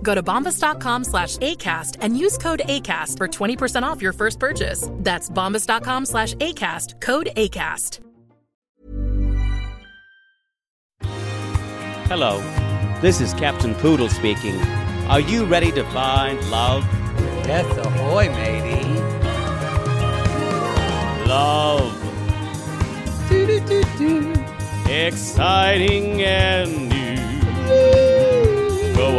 Go to bombas.com slash ACAST and use code ACAST for 20% off your first purchase. That's bombas.com slash ACAST, code ACAST. Hello, this is Captain Poodle speaking. Are you ready to find love? Yes, ahoy, matey. Love. Exciting and new. Go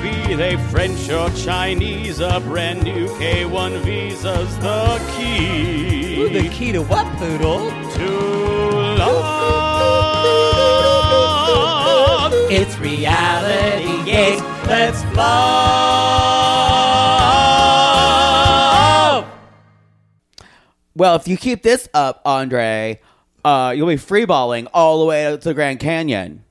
Be they French or Chinese, a brand new K1 visa's the key Ooh, the key to what, poodle? to love. It's reality gates. Let's love. Well, if you keep this up, Andre, uh, you'll be freeballing all the way out to Grand Canyon.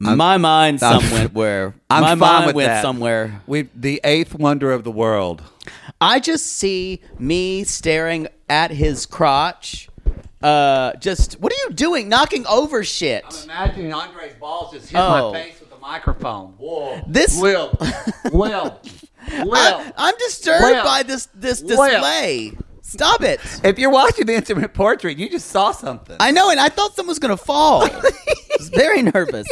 my mind I'm- somewhere where I'm my fine mind with went that. somewhere. We the eighth wonder of the world. I just see me staring at his crotch. Uh, just what are you doing? Knocking over shit. Imagine Andre's balls just hit Oh. my face with a microphone. Whoa. This- Will. Will. Will. I, am disturbed Well. by this this Well. display. Stop it! if you're watching the intimate portrait, you just saw something. I know, and I thought someone was gonna fall. I was very nervous.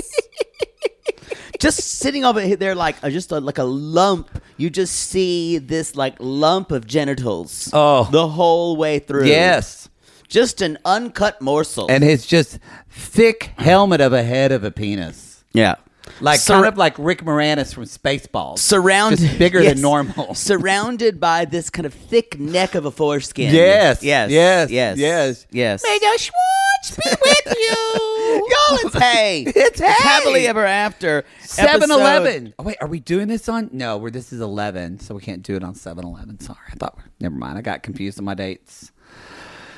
just sitting over there, like uh, just a, like a lump. You just see this like lump of genitals. Oh. the whole way through. Yes. just an uncut morsel. And it's just thick helmet of a head of a penis. yeah, Like Sur- kind of like Rick Moranis from Spaceballs. surrounded, Just bigger yes. than normal. surrounded by this kind of thick neck of a foreskin. Yes. yes, Yes. yes, Yes. yes. Schwartz be with you. Y'all, it's hey, It's hey. happily ever after. 7 episode- Eleven. Oh, wait, are we doing this on? No, we're, this is 11, so we can't do it on 7 Eleven. Sorry. I thought, never mind. I got confused on my dates.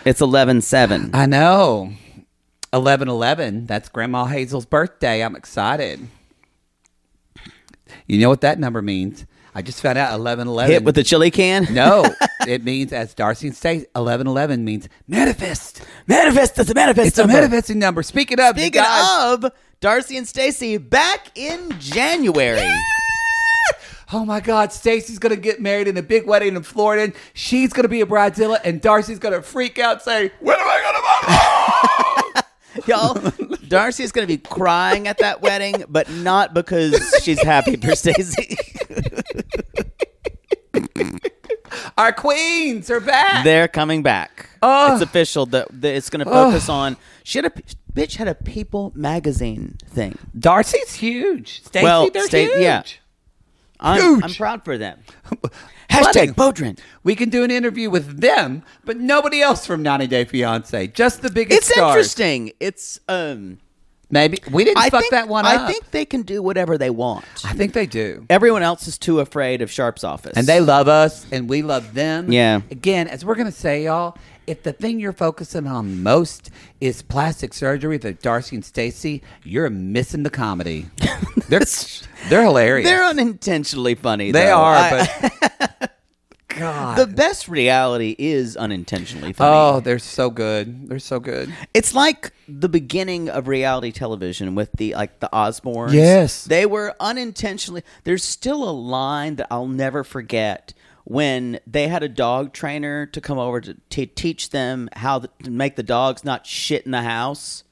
It's eleven seven. I know. 11 11. That's Grandma Hazel's birthday. I'm excited. You know what that number means? I just found out 11 11. Hit with the chili can. No, it means, as Darcy states, 11 11 means manifest. Manifest. It's a manifest. It's a number. manifesting number. Speaking of, you Speaking guys- of Darcy and Stacy, back in January. Oh my God, Stacy's gonna get married in a big wedding in Florida. and She's gonna be a bridezilla, and Darcy's gonna freak out, saying, "When am I gonna buy?" Y'all, Darcy is going to be crying at that wedding, but not because she's happy for Stacy. Our queens are back. They're coming back. Oh. It's official. That that it's going to focus on. She had a bitch had a People magazine thing. Darcy's huge. Stacy, Well, they're Sta- huge. yeah. I'm, Huge. I'm proud for them. Hashtag Bodrin. We can do an interview with them, but nobody else from 90 Day Fiance. Just the biggest It's stars. interesting. It's um. Maybe we didn't I fuck think, that one I up. think they can do whatever they want. I think they do. Everyone else is too afraid of Sharp's office. And they love us and we love them. Yeah. Again, as we're going to say, y'all, if the thing you're focusing on most is plastic surgery for Darcy and Stacy, you're missing the comedy. they're, they're hilarious. they're unintentionally funny. They though. are, I- but God. The best reality is unintentionally funny. Oh, they're so good. They're so good. It's like the beginning of reality television with the like the Osbournes. Yes. they were unintentionally. There's still a line that I'll never forget when they had a dog trainer to come over to, to teach them how th- to make the dogs not shit in the house.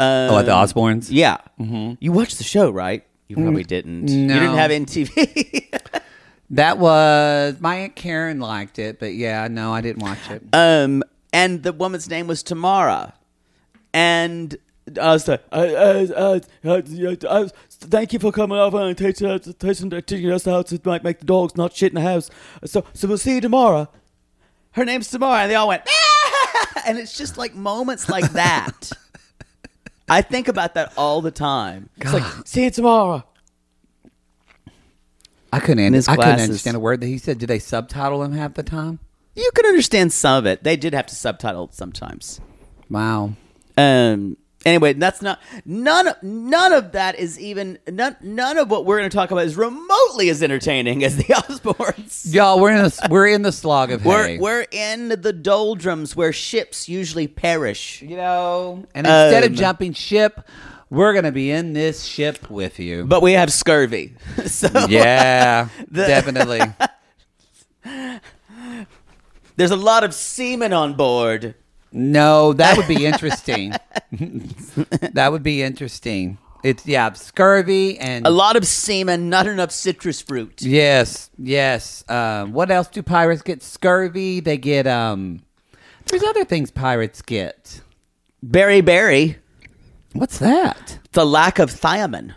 oh, at the Um, Osbournes? Yeah, you watched the show, right? You probably didn't. You didn't Mm. no. have NTV. That was my aunt Karen liked it, but yeah, no, I didn't watch it. Um, and the woman's name was Tamara. And I was like, uh, uh, uh, uh, uh, uh, thank you for coming over and uh, teaching us, teaching, teaching us how to make, make the dogs not shit in the house. So, so we'll see you tomorrow. Her name's Tamara. And they all went, "Ah!" and it's just like moments like that. I think about that all the time. It's like, see you tomorrow. I couldn't. his I couldn't glasses. understand a word that he said. Did they subtitle him half the time? You could understand some of it. They did have to subtitle it sometimes. Wow. Um. Anyway, that's not none. of- None of that is even none. None of what we're going to talk about is remotely as entertaining as the Osbournes. Y'all, we're in the we're in the slog of We're hay. we're in the doldrums where ships usually perish. you know, and instead Um, of jumping ship, we're gonna be in this ship with you. But we have scurvy. so yeah, definitely. there's a lot of semen on board. No, that would be interesting. that would be interesting. It's yeah, scurvy and A lot of semen, not enough citrus fruit. Yes, yes. Um, what else do pirates get? Scurvy. They get. um There's other things pirates get. Berry berry. What's that? The lack of thiamine.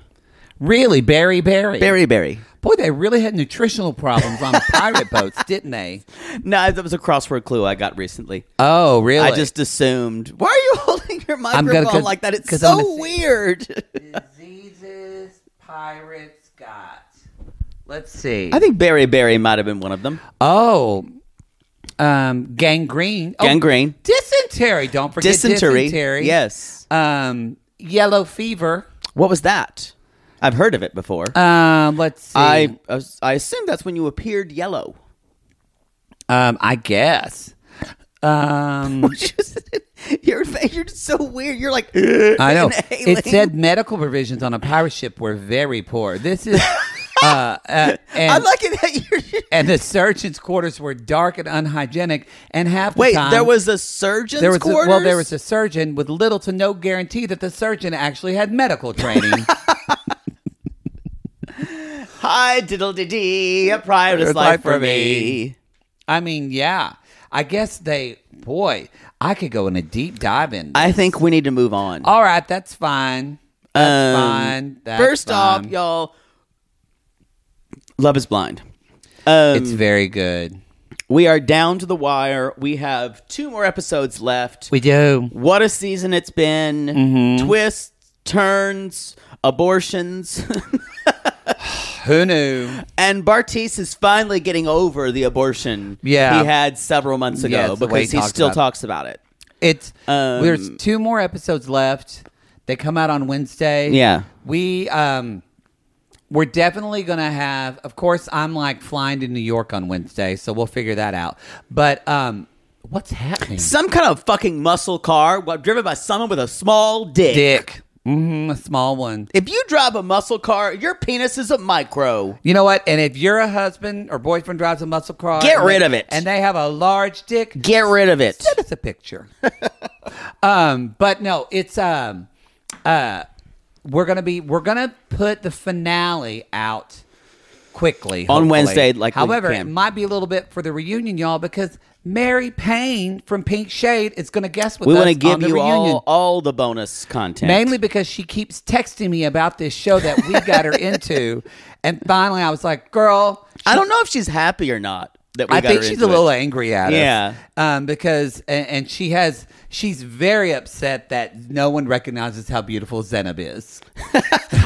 Really, berry, berry, Berry berry. Boy, they really had nutritional problems on pirate boats, didn't they? No, that was a crossword clue I got recently. Oh, really? I just assumed. Why are you holding your I'm gonna- microphone 'cause- like that? It's 'cause I'm so gonna say- weird. diseases pirates got. Let's see. I think Barry Barry might have been one of them. Oh, um, gangrene. Oh, Gangrene. Dysentery. Don't forget Dysentery. dysentery. Yes. Um, yellow fever. What was that? I've heard of it before. Um, let's see. I I was- I assume that's when you appeared yellow. Um, I guess. Um, you're you're just so weird. You're like I know. inhaling. It said medical provisions on a pirate ship were very poor. This is. Uh, uh, and, I like it that you're. and the surgeon's quarters were dark and unhygienic, and half the Wait, time there was a surgeon's there was a, quarters. well there was a surgeon with little to no guarantee that the surgeon actually had medical training. hi diddle dee a private life, It's life for me. I mean, yeah, I guess they. Boy, I could go in a deep dive in. I think we need to move on. All right, that's fine. Oh, That's fine. That's Um, First off, fine. y'all, Love is Blind. Um, it's very good. we are down to the wire. We have two more episodes left. We do. what a season it's been! Mm-hmm. Twists, turns, abortions, Who knew? and Bartiz is finally getting over the abortion Yeah. he had several months ago Yeah, it's the way because he he talks still about it. talks about it. It's Um, there's two more episodes left. They come out on Wednesday. Yeah. we um, we're definitely gonna have. Of course, I'm like flying to New York on Wednesday, so we'll figure that out. But um, what's happening? Some kind of fucking muscle car wa- driven by someone with a small dick. Dick, mm-hmm, a small one. If you drive a muscle car, your penis is a micro. You know what? And if you're a husband or boyfriend drives a muscle car, Get and rid they- of it. and they have a large dick, Get rid of it. send us a picture. um, but no, it's um, uh, we're gonna be we're gonna put the finale out quickly On hopefully. Wednesday, like we However, it can. might be a little bit for the reunion, y'all, because Mary Payne from Pink Shade is gonna guess with We us want to give on the you reunion. all, all the bonus content. Mainly because she keeps texting me about this show that we got her into, and finally I was like, "Girl, I don't know if she's happy or not. That we I got think her she's into a little it. angry at Yeah. us. Um, because and, and she has she's very upset that no one recognizes how beautiful Zenab is.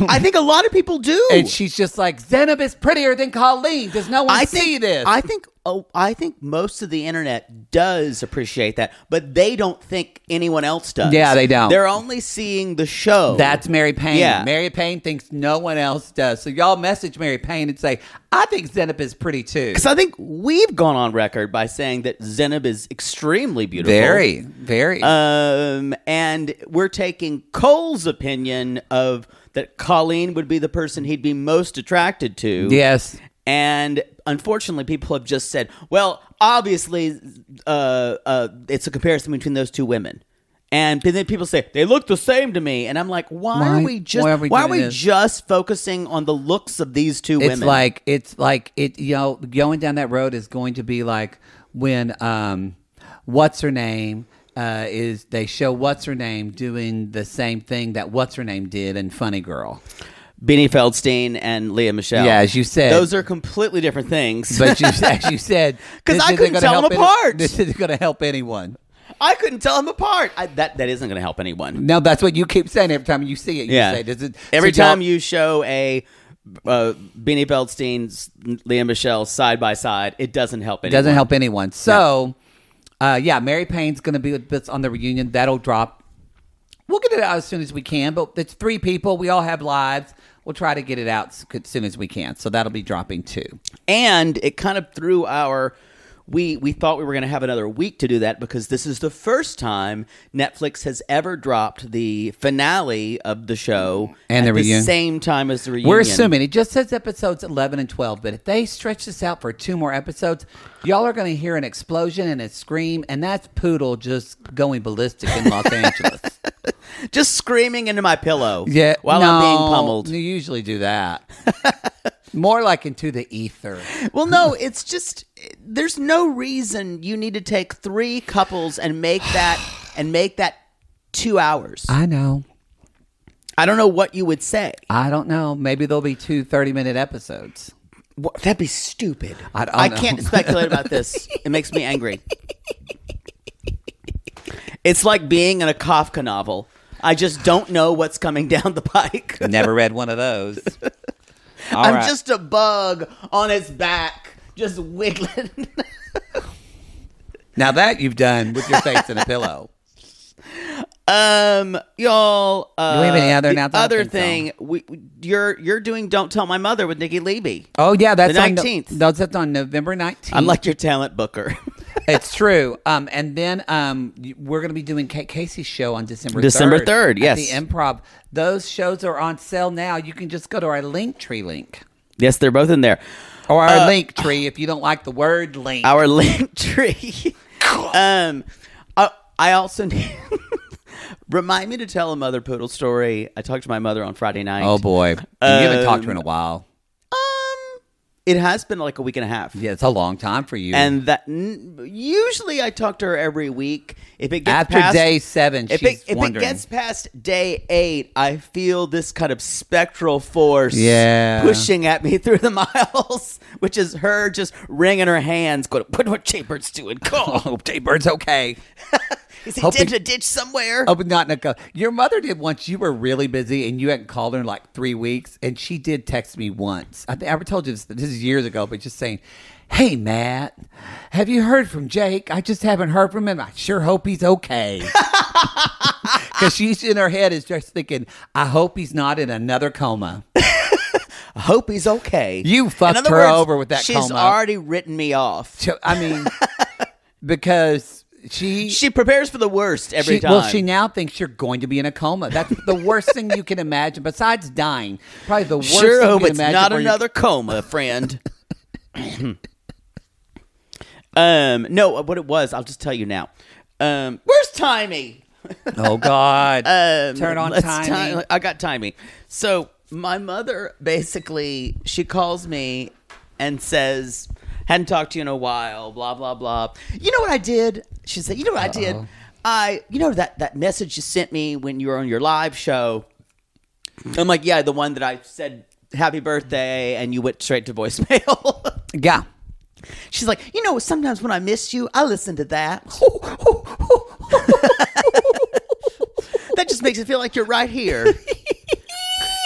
I think a lot of people do. And she's just like, Zenab is prettier than Colleen. Does no one I see think this? I think oh, I think most of the internet does appreciate that, but they don't think anyone else does. Yeah, they don't. They're only seeing the show. That's Mary Payne. Yeah. Mary Payne thinks no one else does. So y'all message Mary Payne and say, I think Zenip is pretty too. because I think we've gone on record by saying that Zenib is extremely beautiful. Very, very. Um, and we're taking Cole's opinion of that Colleen would be the person he'd be most attracted to. yes. And unfortunately, people have just said, well, obviously, uh, uh, it's a comparison between those two women. And then people say they look the same to me, and I'm like, why, Why- are we just why why are are we we, doing this? just focusing on the looks of these two It's women? like it's like it you know, going down that road is going to be like when um what's her name uh, is they show what's her name doing the same thing that what's her name did in Funny Girl. Beanie Feldstein and Leah Michelle. Yeah, as you said. those are completely different things. But you, as you said, 'Cause this I isn't couldn't gonna tell 'em help any- apart. this isn't going to help anyone. I couldn't tell them apart. I, that that isn't going to help anyone. No, that's what Mm, you keep saying every time you see it. You say, Does it, every so y'all- time you show a uh, Beanie Feldstein, s- Leah Michelle side by side, it doesn't help. Anyone. doesn't help anyone. So, uh, yeah, Mary Payne's going to be with us on the reunion. That'll drop. We'll get it out as soon as we can. But it's three people. We all have lives. We'll try to get it out as soon as we can. So that'll be dropping too. And it kind of threw our. We we thought we were going to have another week to do that because this is the first time Netflix has ever dropped the finale of the show And the at reunion. same time as the reunion. We're assuming it just says episodes 11 and 12, but if they stretch this out for two more episodes, y'all are going to hear an explosion and a scream, and that's Poodle just going ballistic in Los Angeles. just screaming into my pillow. Yeah, while I'm being no, pummeled. You usually do that. More like into the ether. Well, no, it's just there's no reason you need to take three couples and make that and make that two hours. I know. I don't know what you would say. I don't know. Maybe there'll be two 30 minute episodes. What, that'd be stupid. I don't know. can't speculate about this. It makes me angry. It's like being in a Kafka novel. I just don't know what's coming down the pike. Never read one of those. All I'm right. just a bug on its back, just wiggling. now that you've done with your face in a pillow. Um, y'all. Uh, have any other the announcements? I other don't thing, think we, we- you're you're doing "Don't Tell My Mother" with Nikki Levy. Oh yeah, that's The on 19th. no, that's on November nineteenth. I'm like your talent booker. it's true. Um, and then um, y- we're going to be doing Kate Casey's show on December December 3rd, at yes. the Improv. Those shows are on sale now. You can just go to our link tree link yes, they're both in there. or our link tree if you don't like the word link. Our link tree. um, I, I also need- remind me to tell a mother poodle story. I talked to my mother on Friday night. oh boy, you haven't talked to her in a while. Um, it has been like a week and a half. Yeah, it's a long time for you. And that n- usually I talk to her every week. If it gets After past- day seven, if, she's it, if it wondering. gets past day eight, I feel this kind of spectral force Yeah. pushing at me through the miles, which is her just wringing her hands, going, "What what Jaybird's doing? Call oh, Daybird's okay. is he hope ditch he- a ditch somewhere?" Oh, but not in a co- Your mother did once. You were really busy, and you hadn't called her in like three weeks. And she did text me once. I think I told you this. This is years ago, but just saying, "Hey, Matt, have you heard from Jake? I just haven't heard from him. I sure hope he's okay." Because she's in her head is just thinking, "I hope he's not in another coma." I hope he's okay. You In fucked other her words, over with that She's coma. already written me off. So, I mean, because she She prepares for the worst every she, time. Well, she now thinks you're going to be in a coma. That's the worst thing you can imagine, besides dying. Probably the worst Sure thing hope you can it's imagine. not for your- another coma, friend. um, no, what it was, I'll just tell you now. Um, where's Timey? Oh God! Turn on Um, Let's timing. ti- I got Timey. So my mother basically she calls me and says, "Hadn't talked to you in a while." Blah blah blah. You know what I did? She said, "You know what I did? I you know that that message you sent me when you were on your live show." I'm like, yeah, the one that I said happy birthday, and you went straight to voicemail. yeah. She's like, you know, sometimes when I miss you, I listen to that. that just makes it feel like you're right here.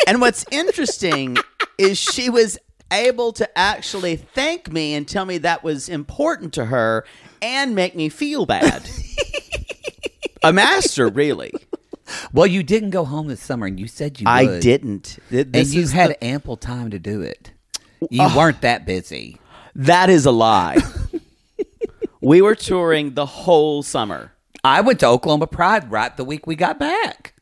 and what's interesting is she was able to actually thank me and tell me that was important to her and make me feel bad. a master, really. Well, you didn't go home this summer, and you said you. I would. didn't. Th- and this you is had the- ample time to do it. You weren't that busy. that is a lie. we were touring the whole summer. I went to Oklahoma Pride right the week we got back.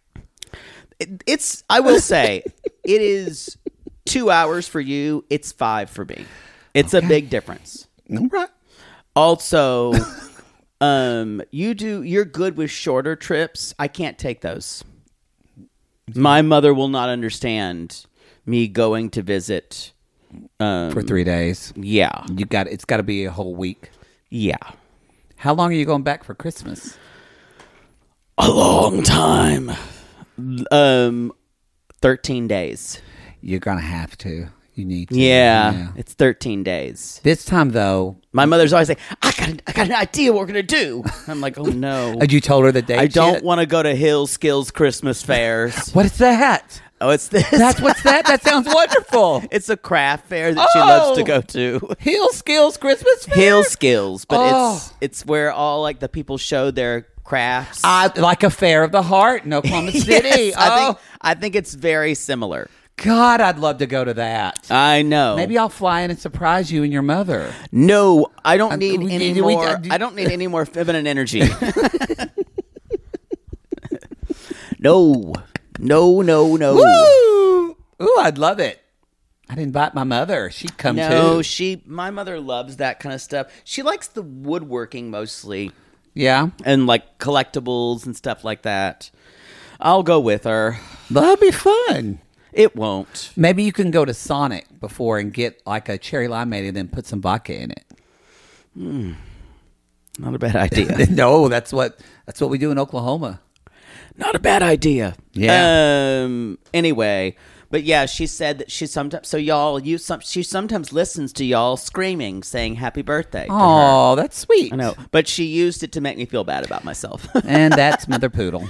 It's I will say it is 2 hours for you, it's 5 for me. It's a big difference. All right. Also um you do you're good with shorter trips. I can't take those. My mother will not understand me going to visit For three days, yeah. you got it's got to be a whole week. Yeah. How long are you going back for Christmas? A long time. Um 13 days. You're gonna have to. You need. To. Yeah, it's 13 days. This time though, My mother's always like, I got, I got an idea what we're gonna do. I'm like, oh no, had you told her the date? I don't yet? want to go to Hill Skills Christmas fairs. What is that? Oh, it's this. That's what's that? That sounds wonderful. it's a craft fair that she loves to Oh! go to. Hill Skills Christmas Fair. Hill Skills, but Oh. it's it's where all like the people show their crafts. I like a fair of the heart in Oklahoma Yes, City. I oh think I think it's very similar. God, I'd love to go to that. I know. Maybe I'll fly in and surprise you and your mother. No, I don't I'm- need Uh, we- any we- we- more. we- I don't need any more feminine energy. no, no, no, no. Ooh, ooh, I'd love it. I'd invite my mother. She'd come No, too. she. My mother loves that kind of stuff. She likes the woodworking mostly, yeah, and like collectibles and stuff like that. I'll go with her. that'd be fun. It won't. Maybe you can go to Sonic before and get like a cherry limeade and then put some vodka in it. Not a bad idea. no, that's what that's what we do in Oklahoma. Not a bad idea. Yeah. Um. Anyway, but yeah, she said that she sometimes. So y'all, you some. She sometimes listens to y'all screaming, saying "Happy Birthday." to her. Oh, that's sweet. I know, but she used it to make me feel bad about myself. And that's Mother Poodle.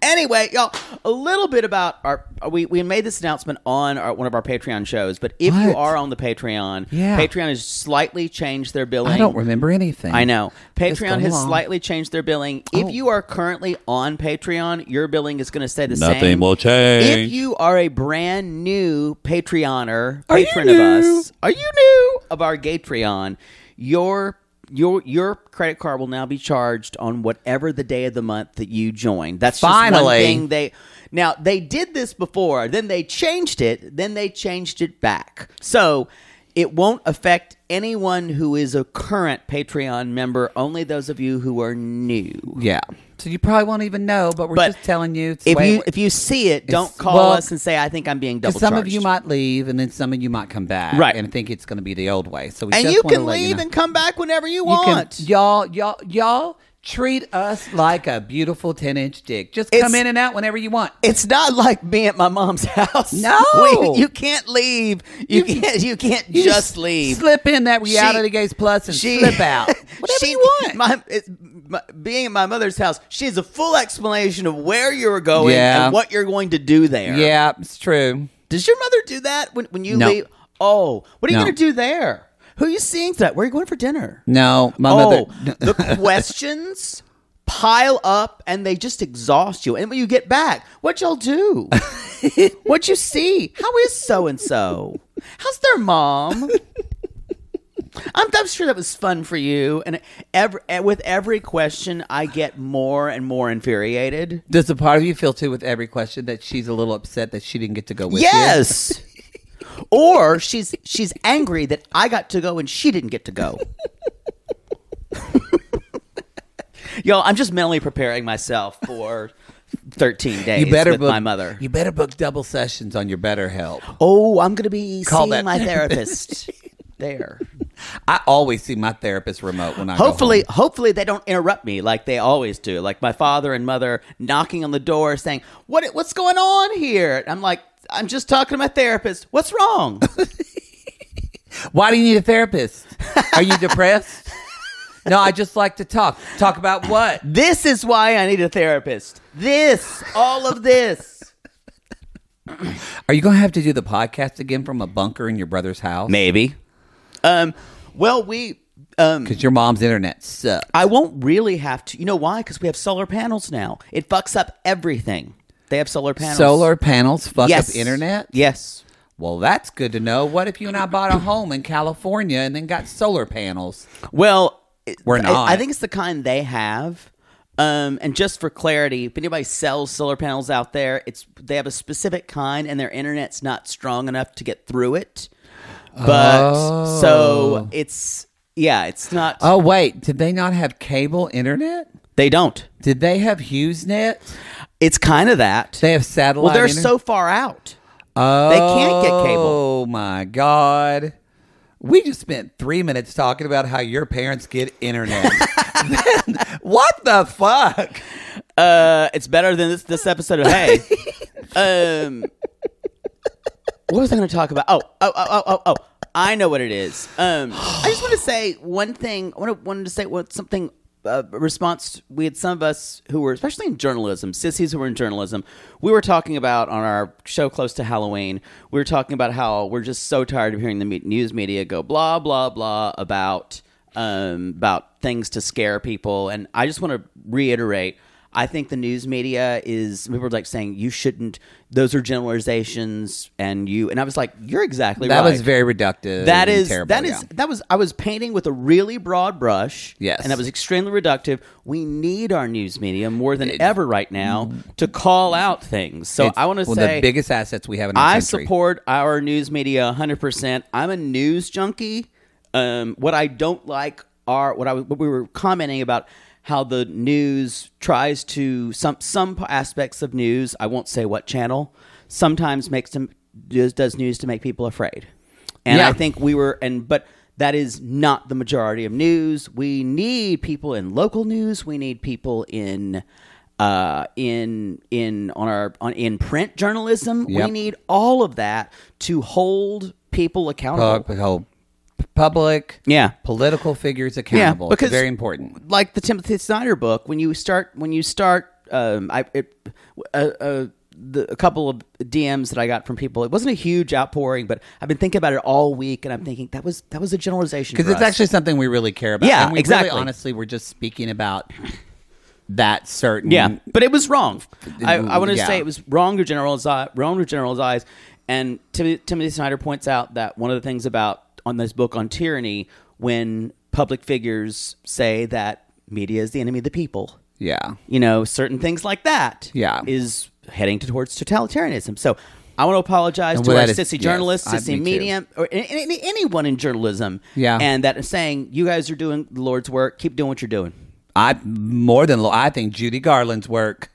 anyway, y'all, a little bit about our we, we made this announcement on our, one of our Patreon shows, but if you What? are on the Patreon, Yeah. Patreon has slightly changed their billing. I don't remember anything. I know. Just Patreon go has along. slightly changed their billing. Oh. If you are currently on Patreon, your billing is going to stay the same. Nothing will If change. you are a brand new Patreoner, Are you patron of new? us, are you new of our Gatreon, your your your credit card will now be charged on whatever the day of the month that you join. That's just one Finally. thing they now they did this before, then they changed it, then they changed it back. So it won't affect anyone who is a current Patreon member, only those of you who are new. Yeah. So you probably won't even know, but we're But just telling you. It's If way- you if you see it, don't It's- call well, us and say I think I'm being 'cause double some charged. of you might leave, and then some of you might come back, Right. And think it's going to be the old way. So we and just you wanna can let leave you know. and come back whenever you You can- want. y'all, y'all, y'all treat us like a beautiful ten-inch dick. Just come It's- in and out whenever you want. it's not like being at my mom's house. No. We- you can't leave. You, can't. You can't You just, leave. Slip in that reality She- gaze plus and slip out. Whatever she- you want. My, it's, my, being at my mother's house, she has a full explanation of where you're going Yeah. and what you're going to do there. yeah, it's true. Does your mother do that when, when you No. leave? Oh, what are you No. going to do there? Who are you seeing tonight? Where are you going for dinner? No, my oh, mother. the questions pile up and they just exhaust you. And when you get back, what y'all do? What'd you see? How is so and so? How's their mom? I'm, I'm sure that was fun for you. And every, with every question, I get more and more infuriated. Does a part of you feel too with every question that she's a little upset that she didn't get to go with you? yes. or she's she's angry that I got to go and she didn't get to go. Yo, I'm just mentally preparing myself for 13 days You better with book my mother. You better book double sessions on your BetterHelp. oh, I'm gonna be Call seeing that my therapist there. I always see my therapist remote when I go Hopefully, home. hopefully they don't interrupt me like they always do. Like my father and mother knocking on the door saying, "What what's going on here?" I'm like, "I'm just talking to my therapist. What's wrong?" Why do you need a therapist? Are you depressed? no, I just like to talk. Talk about what? This is why I need a therapist. This, all of this. Are you going to have to do the podcast again from a bunker in your brother's house? Maybe. Um, well, we. Um, Because your mom's internet sucks. I won't really have to. You know why? Because we have solar panels now. It fucks up everything. They have solar panels. Solar panels fuck yes. up internet? Yes. Well, that's good to know. What if you and I bought a home in California and then got solar panels? Well, it- We're I- not. I, think it's the kind they have. Um, and just for clarity, if anybody sells solar panels out there, it's they have a specific kind, and their internet's not strong enough to get through it. But so it's yeah, it's not. Oh, wait. Did they not have cable internet? They don't. Did they have HughesNet? It's kind of that. They have satellite. well, they're internet? so far out. Oh, can't get cable. Oh my god! We just spent three minutes talking about how your parents get internet. what the fuck? Uh, it's better than this this episode of Hey. um, what was I going to talk about? Oh, oh, oh, oh, oh, oh! I know what it is. Um, I just want to say one thing. I wanna- wanted to say what something. Uh, response we had some of us who were especially in journalism sissies who were in journalism we were talking about on our show close to halloween we were talking about how we're just so tired of hearing the me- news media go blah blah blah about um, about things to scare people and i just want to reiterate I think the news media is people are like saying you shouldn't. Those are generalizations, and you and I was like, you're exactly That right. was very reductive. That and is terrible, that is yeah. that was I was painting with a really broad brush. Yes. and that was extremely reductive. We need our news media more than ever right now to call out things. So It's I want to one of say the biggest assets we have in our I country. support our news media 100%. I'm a news junkie. Um, what I don't like are what I was- what we were commenting about how the news tries to some some aspects of news, I won't say what channel, sometimes makes them does, does news to make people afraid. And Yeah. I think we were and but that is not the majority of news. We need people in local news. We need people in uh, in in on our on in print journalism. Yep. We need all of that to hold people accountable. Pub- whole public, Yeah. political figures accountable. It's because- very important. like the Timothy Snyder book, when you start, when you start, um, I, it, uh, uh, the, a couple of DMs that I got from people, it wasn't a huge outpouring, but I've been thinking about it all week, and I'm thinking that was that was a generalization Because for it's us. actually something we really care about. Yeah, and we exactly. Really, honestly, we're just speaking about that certain. Yeah, but it was wrong. I, I want to Mm. Yeah. say it was wrong to generalize, wrong to generalize. And Tim, Timothy Snyder points out that one of the things about on this book on tyranny, when public figures say that media is the enemy of the people, Yeah. you know, certain things like that, Yeah. is heading towards totalitarianism. So I want to apologize And to with our that is- sissy yes, journalists, I- me sissy too. media, or any, any- anyone in journalism, Yeah. and that is saying you guys are doing the Lord's work. Keep doing what you're doing. I more than lo- I think Judy Garland's work.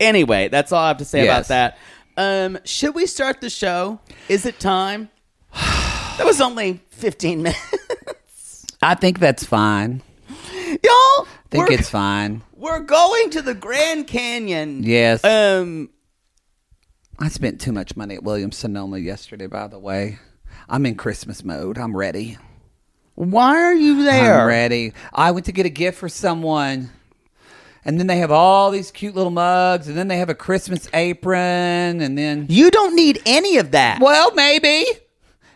Anyway, that's all I have to say Yes. about that. Um, should we start the show? Is it time? That was only 15 minutes. I think that's fine. Y'all, I think we're, it's fine. we're going to the Grand Canyon. Yes. Um, I spent too much money at Williams Sonoma yesterday, by the way. I'm in Christmas mode. I'm ready. why are you I'm there? ready. I went to get a gift for someone. And then they have all these cute little mugs, and then they have a Christmas apron, and then You don't need any of that. well, maybe.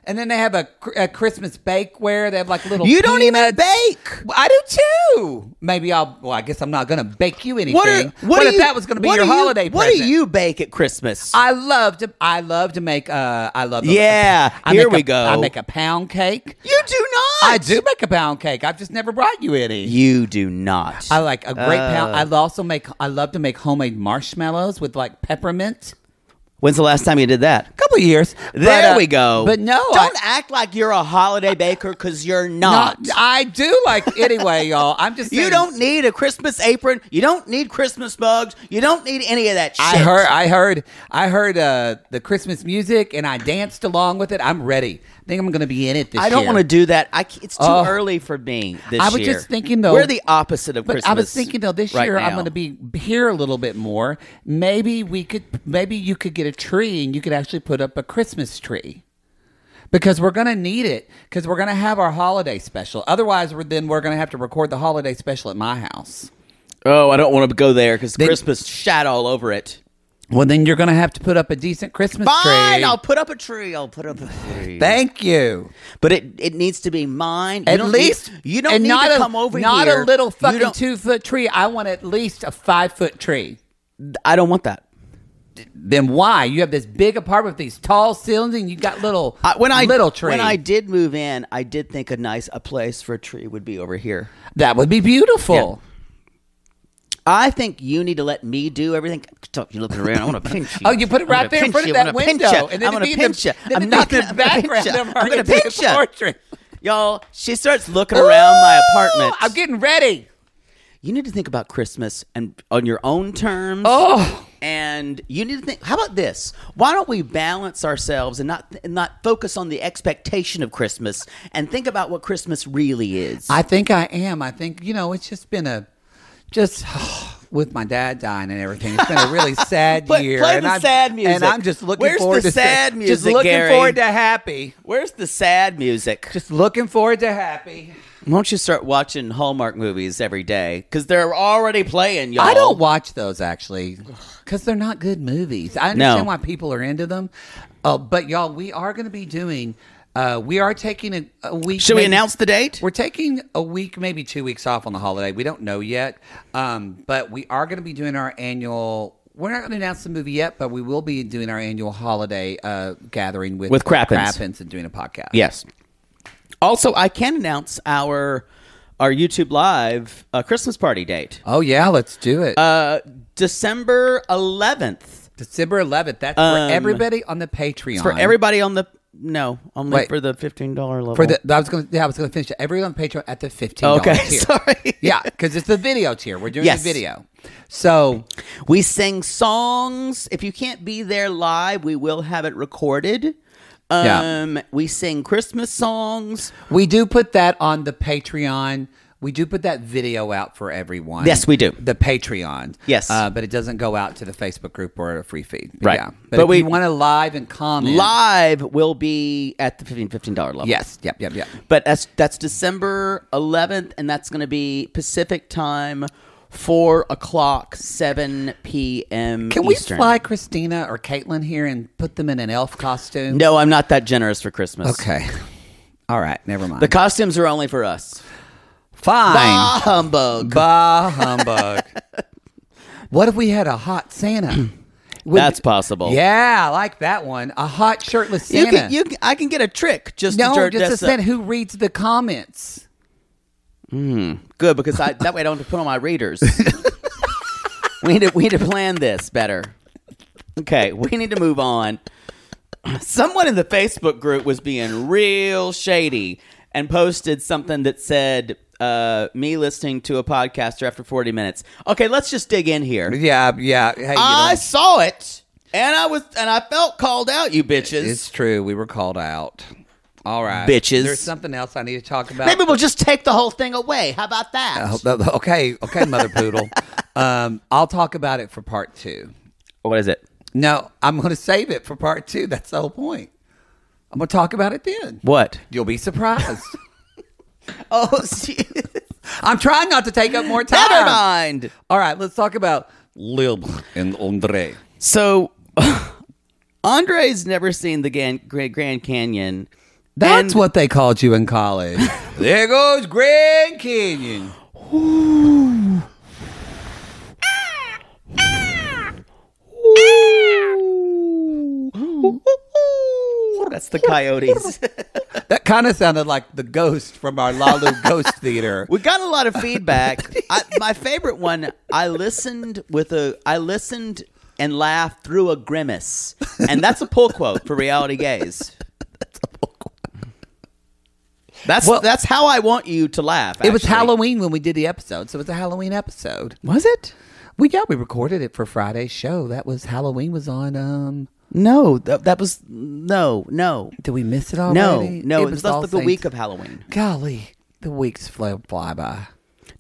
And then they have a, cr- a Christmas bakeware. They have like little. You don't even peanuts. bake. Well, I do too. Maybe I'll. Well, I guess I'm not gonna bake you anything. What, are, what, do if you- that was gonna be what your do you- holiday? What present? do you bake at Christmas? I love to. I love to make. Uh, I love. To Yeah, I here make a- we go. I make a pound cake. you do not. I do make a pound cake. I've just never brought you any. You Uh. do not. I like a great pound. I also make. I love to make homemade marshmallows with like peppermint. When's the last time you did that? couple of years. There But, uh, we go. But no, don't I, act like you're a holiday baker because you're no, not. I do like anyway, y'all. I'm just. you saying- don't need a Christmas apron. You don't need Christmas mugs. You don't need any of that shit. I heard. I heard. I heard uh, the Christmas music, and I danced along with it. I'm ready. I think I'm going to be in it this I don't year. want to do that. I, c- it's too Oh. early for me this I was year. just thinking, though- We're the opposite of But Christmas. I was thinking though, this right year now. I'm going to be here a little bit more. Maybe we could, maybe you could get a tree and you could actually put up a Christmas tree because we're going to need it because we're going to have our holiday special. Otherwise, we're, then we're going to have to record the holiday special at my house. Oh, I don't want to go there because Then- Christmas shat all over it. Well, then you're going to have to put up a decent Christmas Fine, tree. I'll put up a tree. I'll put up a tree. Thank you. But it, it needs to be mine. You At don't least need- you don't and need not to a, come over not here. a little You fucking don't- two foot tree. I want at least a five foot tree. I don't want that. Then why you have this big apartment with these tall ceilings and you got little I, when I little tree? when I did move in, I did think a nice a place for a tree would be over here. that would be beautiful. I think you need to let me do everything. Stop, you looking around. I want to pinch you. Oh, you put it I'm gonna right there in pinch front you. of that I'm gonna pinch window, you. and then I'm it'd gonna be in the- pinch you. then it'd I'm be not in gonna the I'm gonna background pinch you. of her I'm gonna getting pinch the you. portrait. Y'all, she starts looking around my apartment. I'm getting ready. you need to think about Christmas and on your own terms. Oh. and you need to think. How about this? Why don't we balance ourselves and not and not focus on the expectation of Christmas and think about what Christmas really is? I think I am. I think you know it's just been a just with my dad dying and everything. It's been a really sad Play- year. play and the I'm, sad music. And I'm just looking Where's forward the to sad Just music, looking Gary? forward to happy. Where's the sad music? Just looking forward to happy. Why don't you start watching Hallmark movies every day? Because they're already playing, y'all. I don't watch those actually because they're not good movies. I understand No. why people are into them, uh, but y'all, we are going to be doing. Uh, we are taking a, a week. Should we maybe- announce the date? We're taking a week, maybe two weeks off on the holiday. We don't know yet, um, but we are going to be doing our annual. We're not going to announce the movie yet, but we will be doing our annual holiday uh, gathering with With Crappins. and doing a podcast. Yes. Also, I can announce our our YouTube live uh, Christmas party date, Oh yeah, let's do it. uh, December eleventh. December 11th. That's um, for everybody on the Patreon. It's for everybody on the no, only Wait. for the fifteen dollar level. For the I was going to yeah, I was going to finish it. Everyone on Patreon at the fifteen. Okay, tier. sorry. yeah, because it's the video tier. We're doing Yes. the video. So we sing songs. If you can't be there live, we will have it recorded. Yeah. Um, we sing Christmas songs. we do put that on the Patreon. We do put that video out for everyone. Yes, we do. The Patreon. Yes. Uh, but it doesn't go out to the Facebook group or a free feed. But Right. Yeah. But, But if we- you want to live and comment. Live will be at the 15 $15 level. Yes. Yep. Yep. Yep. But that's that's December 11th, and that's going to be Pacific time, four o'clock, seven p.m. Can we Eastern. fly Christina or Caitlin here and put them in an elf costume? No, I'm not that generous for Christmas. Okay. All right. Never mind. The costumes are only for us. Fine. Ah, humbug. Bah humbug. what if we had a hot Santa? Would- That's possible. Yeah, I like that one. A hot shirtless You Santa. can, you can, I can get a trick just no, to jerk just a this up. Santa who reads the comments. Good because I, that way I don't have to put on my readers. we need to we need to plan this better. Okay, we need to move on. Someone in the Facebook group was being real shady and posted something that said uh, me listening to a podcaster after 40 minutes. Okay, let's just dig in here. Yeah, yeah. Hey, you I know, saw it and I was and I felt called out, you bitches. it's true. We were called out. All right, Bitches. There's something else I need to talk about. Maybe we'll just take the whole thing away. How about that? Oh, okay, okay, Mother Poodle. um, I'll talk about it for part two. what is it? No, I'm going to save it for part two. That's the whole point. I'm going to talk about it then. What? You'll be surprised. Oh, see- I'm trying not to take up more time. never mind. All right, let's talk about Lil and Andre. So Andre's never seen the Gan- Grand, Grand Canyon. That's And- what they called you in college. there goes Grand Canyon. That's the coyotes. That kind of sounded like the ghost from our Lalu Ghost Theater. we got a lot of feedback. I, my favorite one. I listened with a. I listened and laughed through a grimace, and that's a pull quote for reality gaze. That's Well- that's how I want you to laugh. It was actually. Halloween when we did the episode, so it's a Halloween episode. Was it? We yeah, we recorded it for Friday's show. That was Halloween was on. Um, No, that, that was no, no. did we miss it No, already? no, it was less All than the Saints- week of Halloween. Golly, the weeks fly, fly by.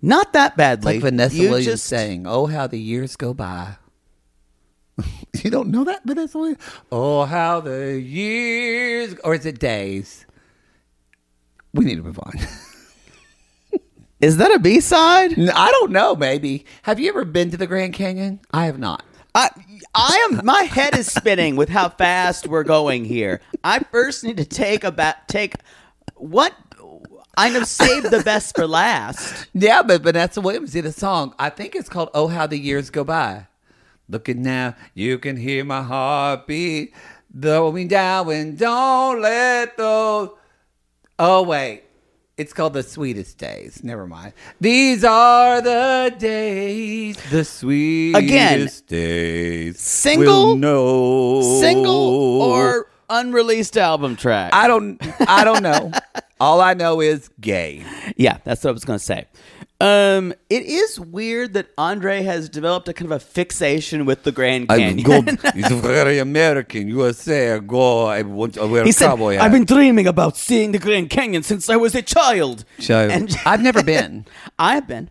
Not that It's badly. like Vanessa You Williams just- saying, "Oh, how the years go by." you don't know that Vanessa Williams? Oh, how the years, or is it days? We need to move on. Is that a B side? I don't know. Maybe have you ever been to the Grand Canyon? I have not. I, I am. My head is spinning with how fast we're going here. I first need to take about take what I know. Save the best for last. Yeah, but Vanessa Williams did a song. I think it's called "Oh How the Years Go By." Look at now, you can hear my heartbeat going down, and don't let those. Oh wait, it's called "The Sweetest Days." Never mind. These are the days, the sweetest days. Single? will know. Single or unreleased album track. I don't. I don't know. All I know is gay. Yeah, that's what I was going to say. Um, it is weird that Andre has developed a kind of a fixation with the Grand Canyon. it's very American. USA, I go. I want to wear he said, "I've been dreaming about seeing the Grand Canyon since I was a child." And- I've never been. I've been.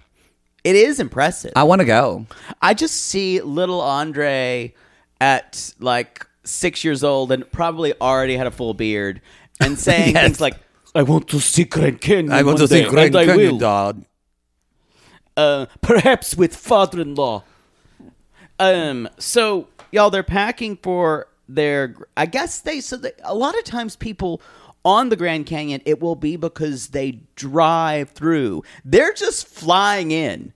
It is impressive. I want to go. I just see little Andre at like six years old and probably already had a full beard and saying Yes. things like, "I want to see Grand Canyon. I one want to see day, and Grand I Canyon, will." dog. uh, perhaps with father-in-law. Um, so y'all, they're packing for their. I guess they so that a lot of times people on the Grand Canyon, it will be because they drive through. They're just flying in,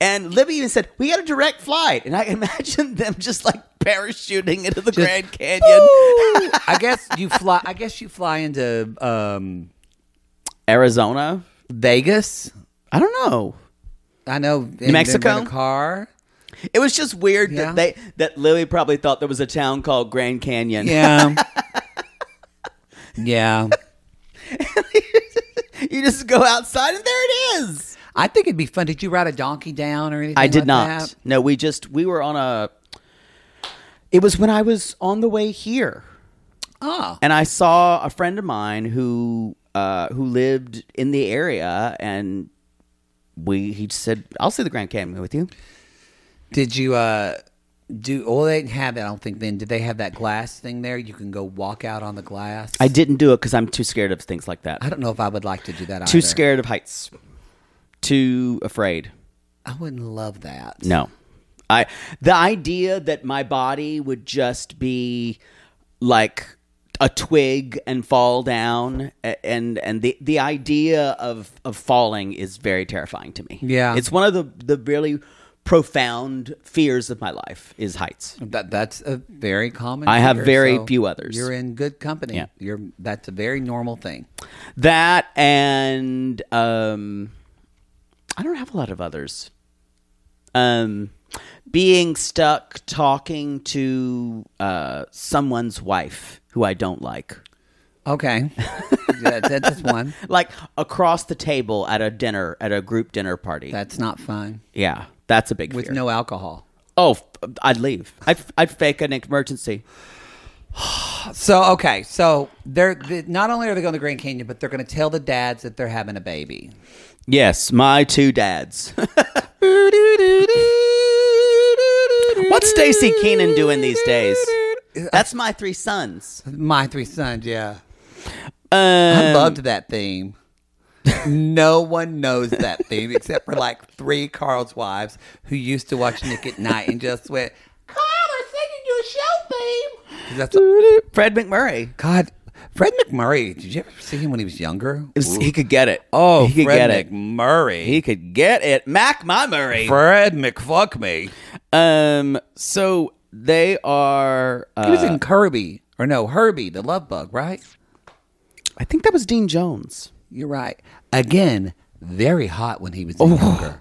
and Libby even said we got a direct flight, and I imagine them just like parachuting into the Grand Canyon. I guess you fly. I guess you fly into um, Arizona. Vegas. I don't know. I know and then Mexico? rent a car. It was just weird Yeah. that they that Lily probably thought there was a town called Grand Canyon. Yeah. yeah. You just go outside and there it is. I think it'd be fun. Did you ride a donkey down or anything? I did like not. that? No, we just we were on a. It was when I was on the way here, Ah. and I saw a friend of mine who uh, who lived in the area, and we he said, "I'll see the Grand Canyon with you." Did you uh do well they didn't have that, I don't think then. Did they have that glass thing there? You can go walk out on the glass. I didn't do it because I'm too scared of things like that. I don't know if I would like to do that Too either. scared of heights. Too afraid. I wouldn't love that. No. I the idea that my body would just be like a twig and fall down a- and and the the idea of of falling is very terrifying to me. Yeah. It's one of the the really profound fears of my life is heights. That that's a very common I have fear, very so few others. You're in good company. Yeah. You're that's a very normal thing. That and um I don't have a lot of others. Um being stuck talking to uh someone's wife who I don't like. Okay. that, that- that's one. Like across the table at a dinner at a group dinner party. That's not fun. yeah, that's a big With fear. no alcohol. Oh, f- I'd leave. I'd, I'd fake an emergency. So okay, so they're, they not only are they going to the Grand Canyon, but they're going to tell the dads that they're having a baby. Yes, my two dads. What's Stacy Keenan doing these days? That's my three sons. My three sons, yeah. Uh, I loved that theme. no one knows that theme except for like three Carl's wives who used to watch Nick at Night and just went, Carl, I'm singing your show theme. 'Cause That's Fred McMurray. God, Fred McMurray. Did you ever see him when he was younger? It was- he could get it. oh, he could Fred get it. McMurray. He could get it. Mac my Murray. Fred McFuck me. Um. So they are. Uh, He was in Kirby or no Herbie, the Love Bug, right? I think that was Dean Jones. You're right. Again, very hot when he was Oh. younger.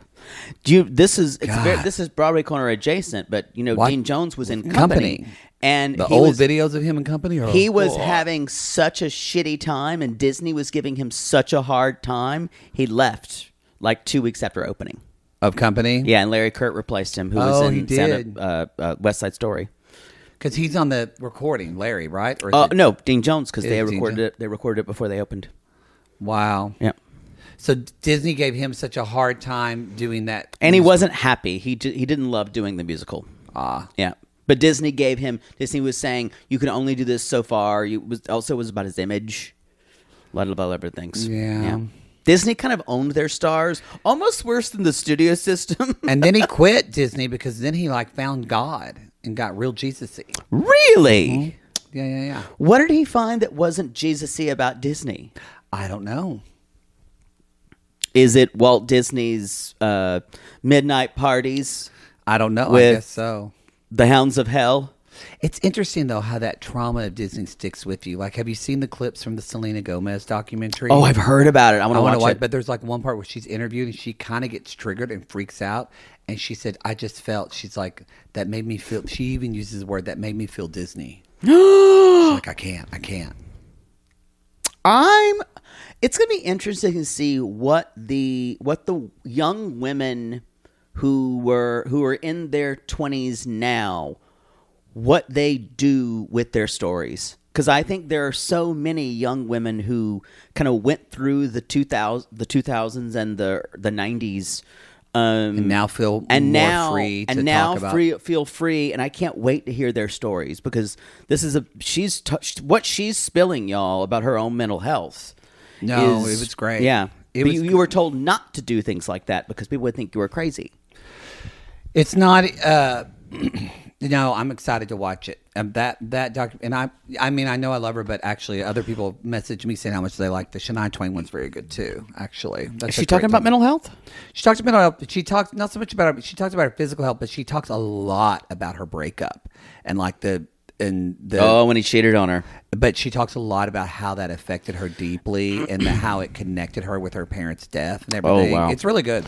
Do you? This is it's God. very, this is Broadway Corner adjacent, but you know What? Dean Jones was in Company. Company, and The he old was, videos of him and company. Are, He was Oh. having such a shitty time, and Disney was giving him such a hard time. He left like two weeks after opening. of company. Yeah, and Larry Kurt replaced him, who was Oh, in he did. Santa, uh, uh, West Side Story. Because he's on the recording, Larry, right? Or is Uh, it- no, Dean Jones, because they It's Dean recorded Jones. it. They recorded it before they opened. Wow. Yeah, So Disney gave him such a hard time doing that. and he wasn't happy. He ju- he didn't love doing the musical. Ah, yeah. But Disney gave him. Disney was saying you can only do this so far. You was also it was about his image, a lot of other things. Yeah. Disney kind of owned their stars, almost worse than the studio system. and then he quit Disney because then he like found God and got real Jesus-y. Really? Yeah, yeah, yeah. What did he find that wasn't Jesus-y about Disney? I don't know. Is it Walt Disney's uh, midnight parties, I don't know. I With- guess so. the Hounds of Hell? It's interesting though how that trauma of Disney sticks with you. Like, have you seen the clips from the Selena Gomez documentary? Oh, I've heard about it. I want I to want to watch watch, it. but there's like one part where she's interviewed and she kind of gets triggered and freaks out. And she said, "I just felt." She's like, "That made me feel." She even uses the word that made me feel Disney. She's like, "I can't, I can't." I'm. It's going to be interesting to see what the what the young women who were who are in their twenties now, what they do with their stories. Because I think there are so many young women who kind of went through the two thousand the two thousands and the the nineties. Um, And now feel and more now free to and now talk about. free feel free and i can't wait to hear their stories because this is a she's touched what she's spilling y'all about her own mental health No, is- it was great. yeah It But was you, you were told not to do things like that because people would think you were crazy It's not. Uh, no, I'm excited to watch it. And that that doc, and I, I mean, I know I love her, but actually, other people message me saying how much they like the Shania Twain one's very good too. Actually, That's is a she great talking about doc- mental health She talks about mental health. She talks not so much about her. She talks about her physical health, but she talks a lot about her breakup and like the and the. oh when he cheated on her But she talks a lot about how that affected her deeply and the, how it connected her with her parents' death and everything. wow. It's really good.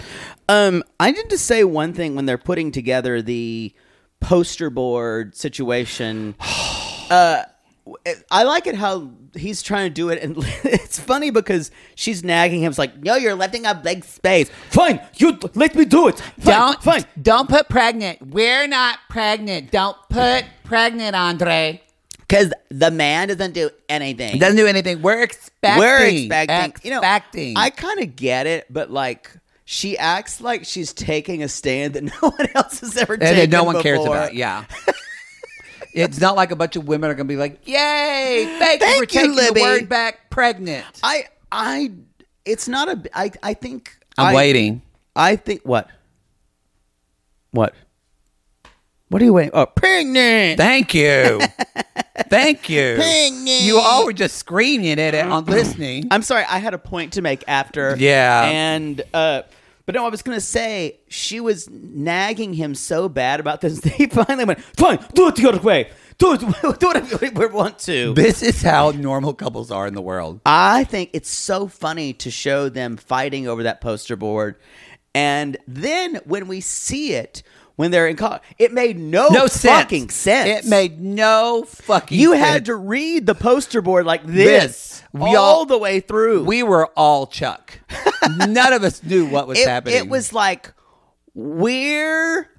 um i need to say one thing when they're putting together the poster board situation I like it how he's trying to do it, and it's funny because she's nagging him. It's like, no, you're letting a blank space. Fine, you let me do it. Fine, fine. don't put pregnant. We're not pregnant. Don't put pregnant, Andre. because the man doesn't do anything. Doesn't do anything. We're expecting. We're expecting, Expecting. You know, I kind of get it, but like. She acts like she's taking a stand that no one else has ever and taken. that no one cares before. about. Yeah. it's not like a bunch of women are going to be like, "Yay, thank, you Thank for you, taking Libby." the word back, pregnant." I, I, it's not a. I, I think I'm I- waiting. I think what? What? What are you waiting? Oh, pregnant. Thank you. thank you. Pregnant. You all were just screaming at it on listening. I'm sorry, I had a point to make after. Yeah. And uh but no, I was gonna say she was nagging him so bad about this. They finally went, "Fine, do it the other way. Do it, do whatever you want to." this is how normal couples are in the world. I think it's so funny to show them fighting over that poster board, and then when we see it, when they're in college, it made no, No sense. Oh, fucking sense. It made no fucking. you sense. had to read the poster board like this, This. We all, all- the way through. We were all Chuck. None of us knew what was it, happening. it was like we're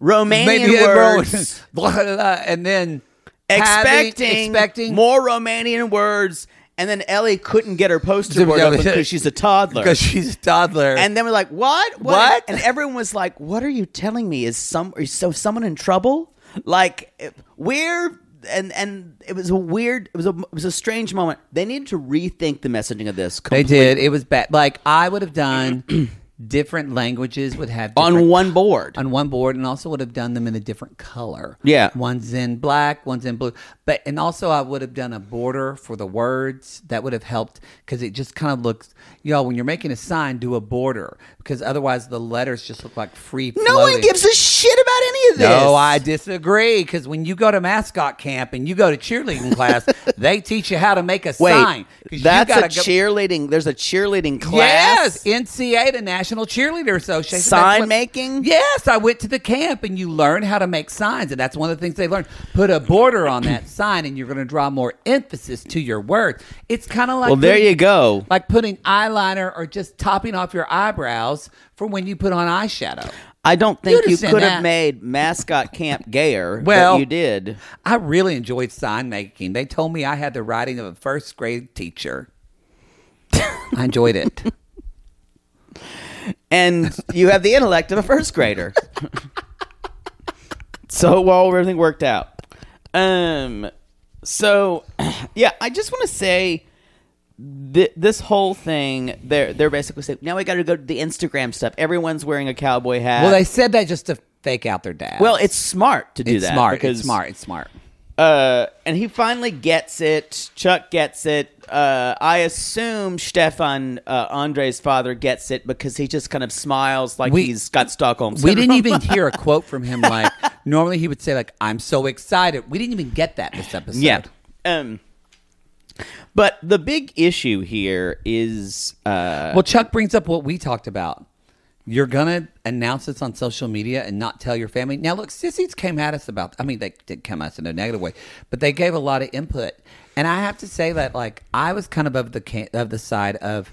Romanian maybe it words, was- blah, blah, blah, and then having- expecting, expecting more Romanian words, and then Ellie couldn't get her poster board up because she's a toddler. Because she's a toddler. and then we're like, what? What? And everyone was like, what are you telling me? Is some is so someone in trouble? Like it- we're and and it was a weird, it was a it was a strange moment. They needed to rethink the messaging of this. they did. It was bad. Like I would have done different languages would have on different- one board. on one board and also would have done them in a different color. Yeah. One's in black, one's in blue. But and also I would have done a border for the words. That would have helped because it just kind of looks y'all when you're making a sign, do a border. Because otherwise the letters just look like free no one gives a shit about any of this. No, I disagree. Because when you go to mascot camp and you go to cheerleading class, they teach you how to make a Wait, sign. 'Cause you that's a gotta go- cheerleading. There's a cheerleading class. Yes, NCA, the National Cheerleader Association. That's Sign what- making? Yes, I went to the camp and you learn how to make signs, and that's one of the things they learn. Put a border on that sign, and you're going to draw more emphasis to your words. It's kind of like Well, there putting- you go. like putting eyeliner or just topping off your eyebrows for when you put on eyeshadow. I don't think You'd you have said could have that. made mascot camp gayer. Well- but you did. I really enjoyed sign making. They told me I had the writing of a first grade teacher. I enjoyed it. and you have the intellect of a first grader. so well, everything worked out. Um, so yeah, I just want to say th- this whole thing. They're they're basically saying now we got to go to the Instagram stuff. Everyone's wearing a cowboy hat. Well, they said that just to fake out their dad. Well, it's smart to do it's that. smart. because- it's smart. It's smart. Uh, and he finally gets it. Chuck gets it. Uh, I assume Stefan uh, Andre's father gets it because he just kind of smiles like We- he's got Stockholm We syndrome. didn't even hear a quote from him. Like normally he would say, like I'm so excited. We didn't even get that this episode. yeah. Um, but the big issue here is uh, Well, Chuck brings up what we talked about. You're gonna announce this on social media and not tell your family. Now, look, sissies came at us about. I mean, they did come at us in a negative way, but they gave a lot of input. And I have to say that, like, I was kind of of the ca- of the side of,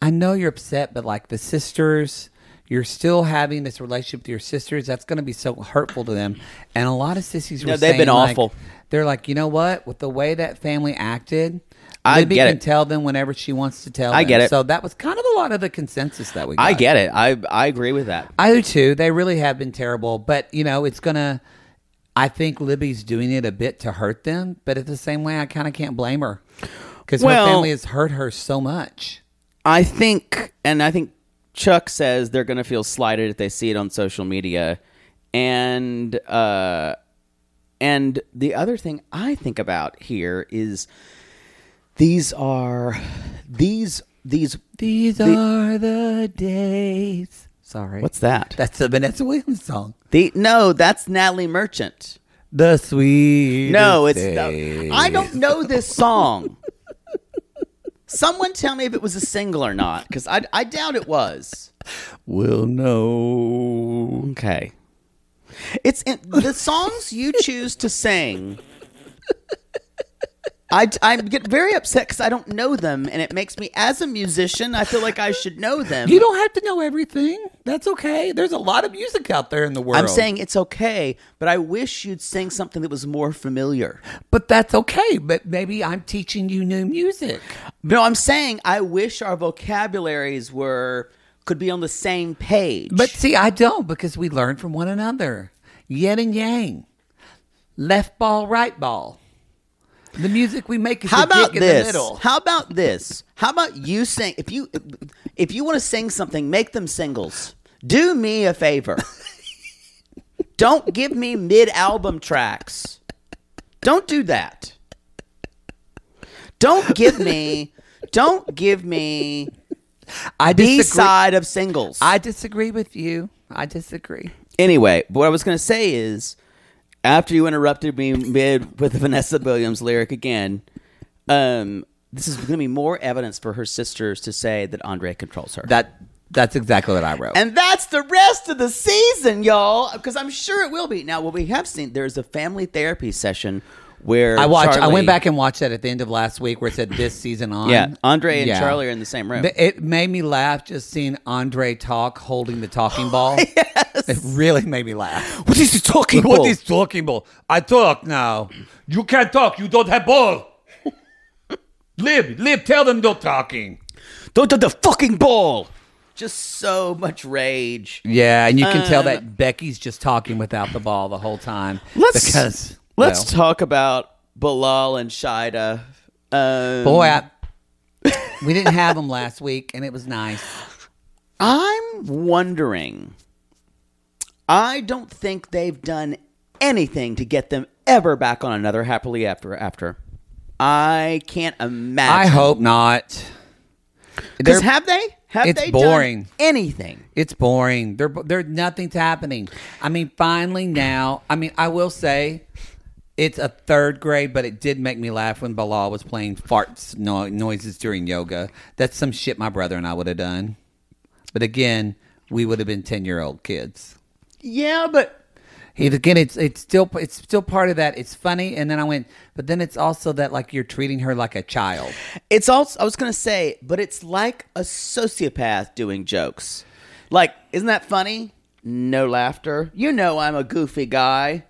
I know you're upset, but like the sisters, you're still having this relationship with your sisters. That's going to be so hurtful to them. And a lot of sissies No, were they've been saying, like, awful. they're like, you know what? With the way that family acted, I Libby get can it. tell them whenever she wants to tell. I them. get it. So that was kind of a lot of the consensus that we. got. I get it. I I agree with that. I do too. They really have been terrible, but you know, it's gonna. I think Libby's doing it a bit to hurt them, but at the same way, I kind of can't blame her because Well- her family has hurt her so much. I think, and I think Chuck says they're going to feel slighted if they see it on social media, and uh, and the other thing I think about here is these are these these These The- are the days. Sorry, what's that? That's the Vanessa Williams song. The no, that's Natalie Merchant. The sweet. No, it's no, I don't know this song. Someone tell me if it was a single or not, because I I doubt it was. We'll know. Okay. It's in, the songs you choose to sing. I, I get very upset because I don't know them, and it makes me, as a musician, I feel like I should know them. You don't have to know everything. That's okay. There's a lot of music out there in the world. I'm saying it's okay, but I wish you'd sing something that was more familiar. But that's okay. But maybe I'm teaching you new music. No, I'm saying I wish our vocabularies were could be on the same page. But see, I don't because we learn from one another. Yin and yang. Left ball, right ball. The music we make is How the dick about in the this? middle. How about this? How about you sing? If you if you want to sing something, make them singles. Do me a favor. Don't give me mid album tracks. Don't do that. Don't give me. Don't give me I B disagree. side of singles. I disagree with you. I disagree. anyway, what I was going to say is, after you interrupted me mid with the Vanessa Williams lyric again, um, this is going to be more evidence for her sisters to say that Andre controls her. That that's exactly what I wrote. and that's the rest of the season, y'all, because I'm sure it will be. Now, what we have seen, there's a family therapy session where I watched. I Charlie- went back and watched that at the end of last week, where it said this season on. Yeah, Andre and Charlie are in the same room. But It made me laugh just seeing Andre talk holding the talking ball. yes, it really made me laugh. What is he talking What is talking ball? I talk now. You can't talk. You don't have ball. Lib, Lib, tell them no talking. Don't do the fucking ball. Just so much rage. Yeah, and you can tell that Becky's just talking without the ball the whole time. Um, Let's because let's well, talk about Bilal and Shida. Um, boy. I, we didn't have them last week, and it was nice. I'm wondering. I don't think they've done anything to get them ever back on another happily after after. I can't I imagine. hope not. because They're- have they? Have it's they boring. done anything? It's boring. There, there, nothing's happening. I mean, finally now. I mean, I will say, it's a third grade, but it did make me laugh when Bilal was playing farts no- noises during yoga. That's some shit my brother and I would have done. But again, we would have been ten year old kids. Yeah, but It, again, it's it's still it's still part of that. It's funny, and then I went, but then it's also that like you're treating her like a child. it's also. I was gonna say, but it's like a sociopath doing jokes. Like, isn't that funny? No laughter. You know, I'm a goofy guy.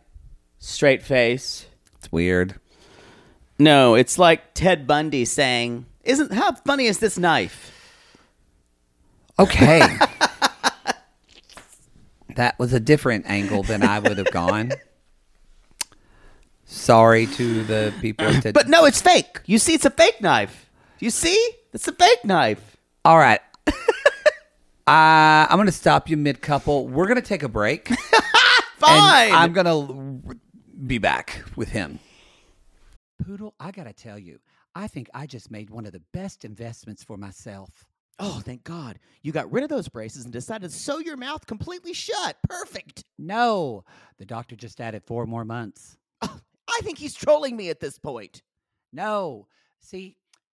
Straight face. It's weird. No, it's like Ted Bundy saying, "Isn't how funny is this knife?" Okay. that was a different angle than I would have gone. Sorry to the people. at Ted- But no, it's fake. You see, it's a fake knife. You see, it's a fake knife. all right. Uh, I'm going to stop you mid couple. We're going to take a break. fine. And I'm gonna l- be back with him. Poodle, I gotta tell you, I think I just made one of the best investments for myself. oh, thank God. You got rid of those braces and decided to sew your mouth completely shut. Perfect. No, the doctor just added four more months. Oh, I think he's trolling me at this point. No, see,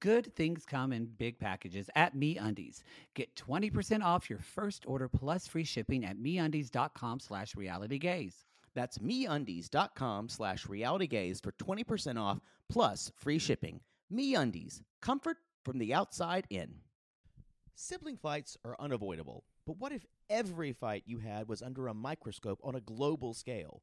good things come in big packages at MeUndies. Get 20% off your first order plus free shipping at MeUndies.com slash realitygaze. That's meundies.com slash realitygaze for 20% off plus free shipping. MeUndies, comfort from the outside in. Sibling fights are unavoidable, but what if every fight you had was under a microscope on a global scale?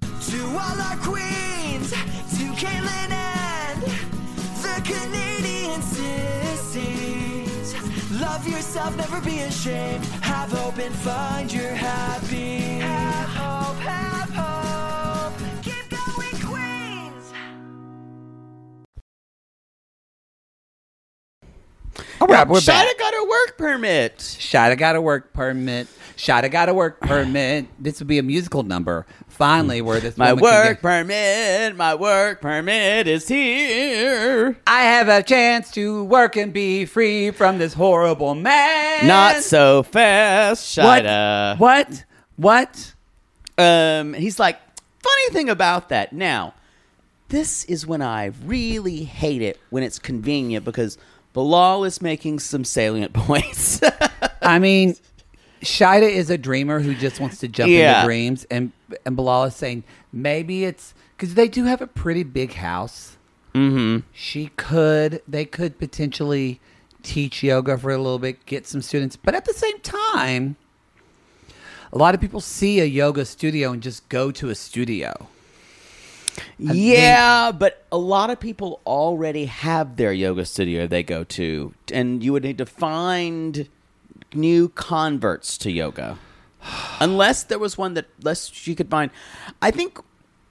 To all our queens, to Caitlin and the Canadian sissies. Love yourself, never be ashamed. Have hope and find your happy. Have hope, have hope. Keep going, Queens. All right, we're back. Shida got her work permit. Shada got a work permit. Shada got a work permit. This would be a musical number. Finally, where this My woman can work get- permit, my work permit is here. I have a chance to work and be free from this horrible man. Not so fast, What? Shida. What? What? Um, he's like, funny thing about that. Now, this is when I really hate it when it's convenient because Bilal is making some salient points. I mean, Shida is a dreamer who just wants to jump Yeah. into dreams, and and Bilal is saying maybe it's because they do have a pretty big house. Mm-hmm. She could, they could potentially teach yoga for a little bit, get some students, but at the same time, a lot of people see a yoga studio and just go to a studio. yeah, but a lot of people already have their yoga studio they go to, and you would need to find new converts to yoga. Unless there was one that unless you could find I think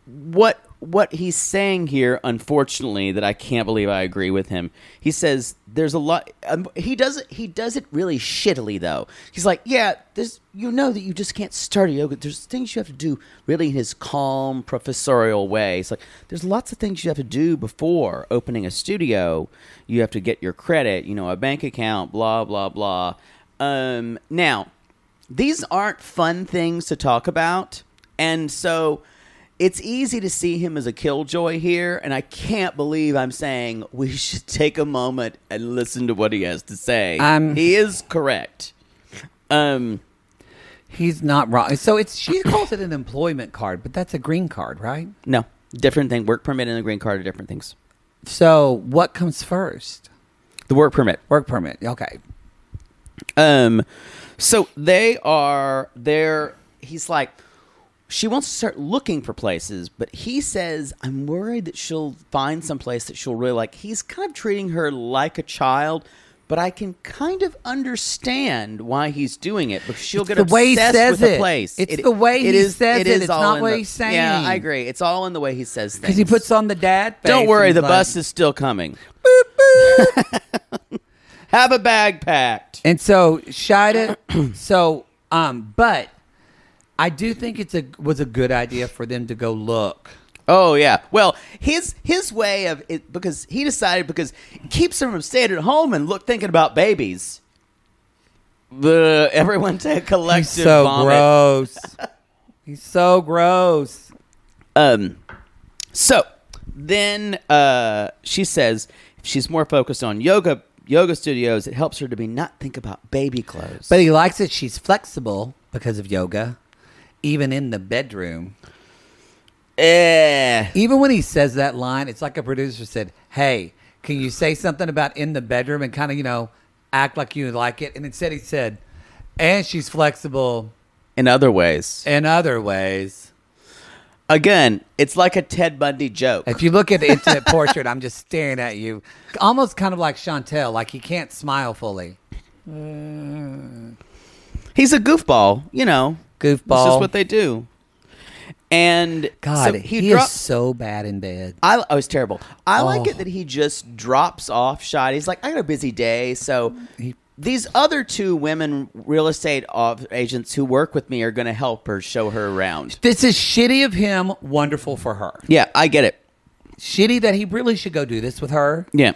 what what he's saying here unfortunately that I can't believe I agree with him. He says there's a lot um, he does it he does it really shittily though. He's like, "Yeah, this you know that you just can't start a yoga. There's things you have to do really in his calm professorial way. It's like there's lots of things you have to do before opening a studio. You have to get your credit, you know, a bank account, blah blah blah. Um now these aren't fun things to talk about. And so it's easy to see him as a killjoy here. And I can't believe I'm saying we should take a moment and listen to what he has to say. Um, he is correct. Um, He's not wrong. So it's she calls it an employment card, but that's a green card, right? no, different thing. Work permit and a green card are different things. So what comes first? The work permit. Work permit. Okay. Um, so they are there. He's like, she wants to start looking for places, but he says, I'm worried that she'll find some place that she'll really like. He's kind of treating her like a child, but I can kind of understand why he's doing it because she'll It's get the way he obsessed says with a it. place. It's the way he says it. It's all not in what the- he's Yeah, saying. I agree. It's all in the way he says things. Because he puts on the dad. Face Don't worry, and the he's bus like- is still coming. Have a bag packed. And so Shida. so, um, but I do think it's a was a good idea for them to go look. Oh yeah. Well, his his way of it because he decided because it keeps him from staying at home and look thinking about babies. The everyone take collective He's so vomit. gross. He's so gross. Um, so then uh, she says if she's more focused on yoga yoga studios, it helps her to be not think about baby clothes. But he likes that she's flexible because of yoga, even in the bedroom. eh, Even when he says that line, it's like a producer said, Hey, can you say something about in the bedroom and kind of, you know, act like you like it? And instead he said, And she's flexible in other ways, in other ways. again, it's like a Ted Bundy joke. If you look at the intimate portrait, I'm just staring at you. Almost kind of like Chantel, like he can't smile fully. He's a goofball, you know. It's Goofball. just what they do. And God, so he, he, drops. is so bad in bed. I, I was terrible. I like Oh. it that he just drops off shot. He's like, I got a busy day, so these other two women real estate off- agents who work with me are going to help her show her around. This is shitty of him, wonderful for her. Yeah, I get it. Shitty that he really should go do this with her. Yeah,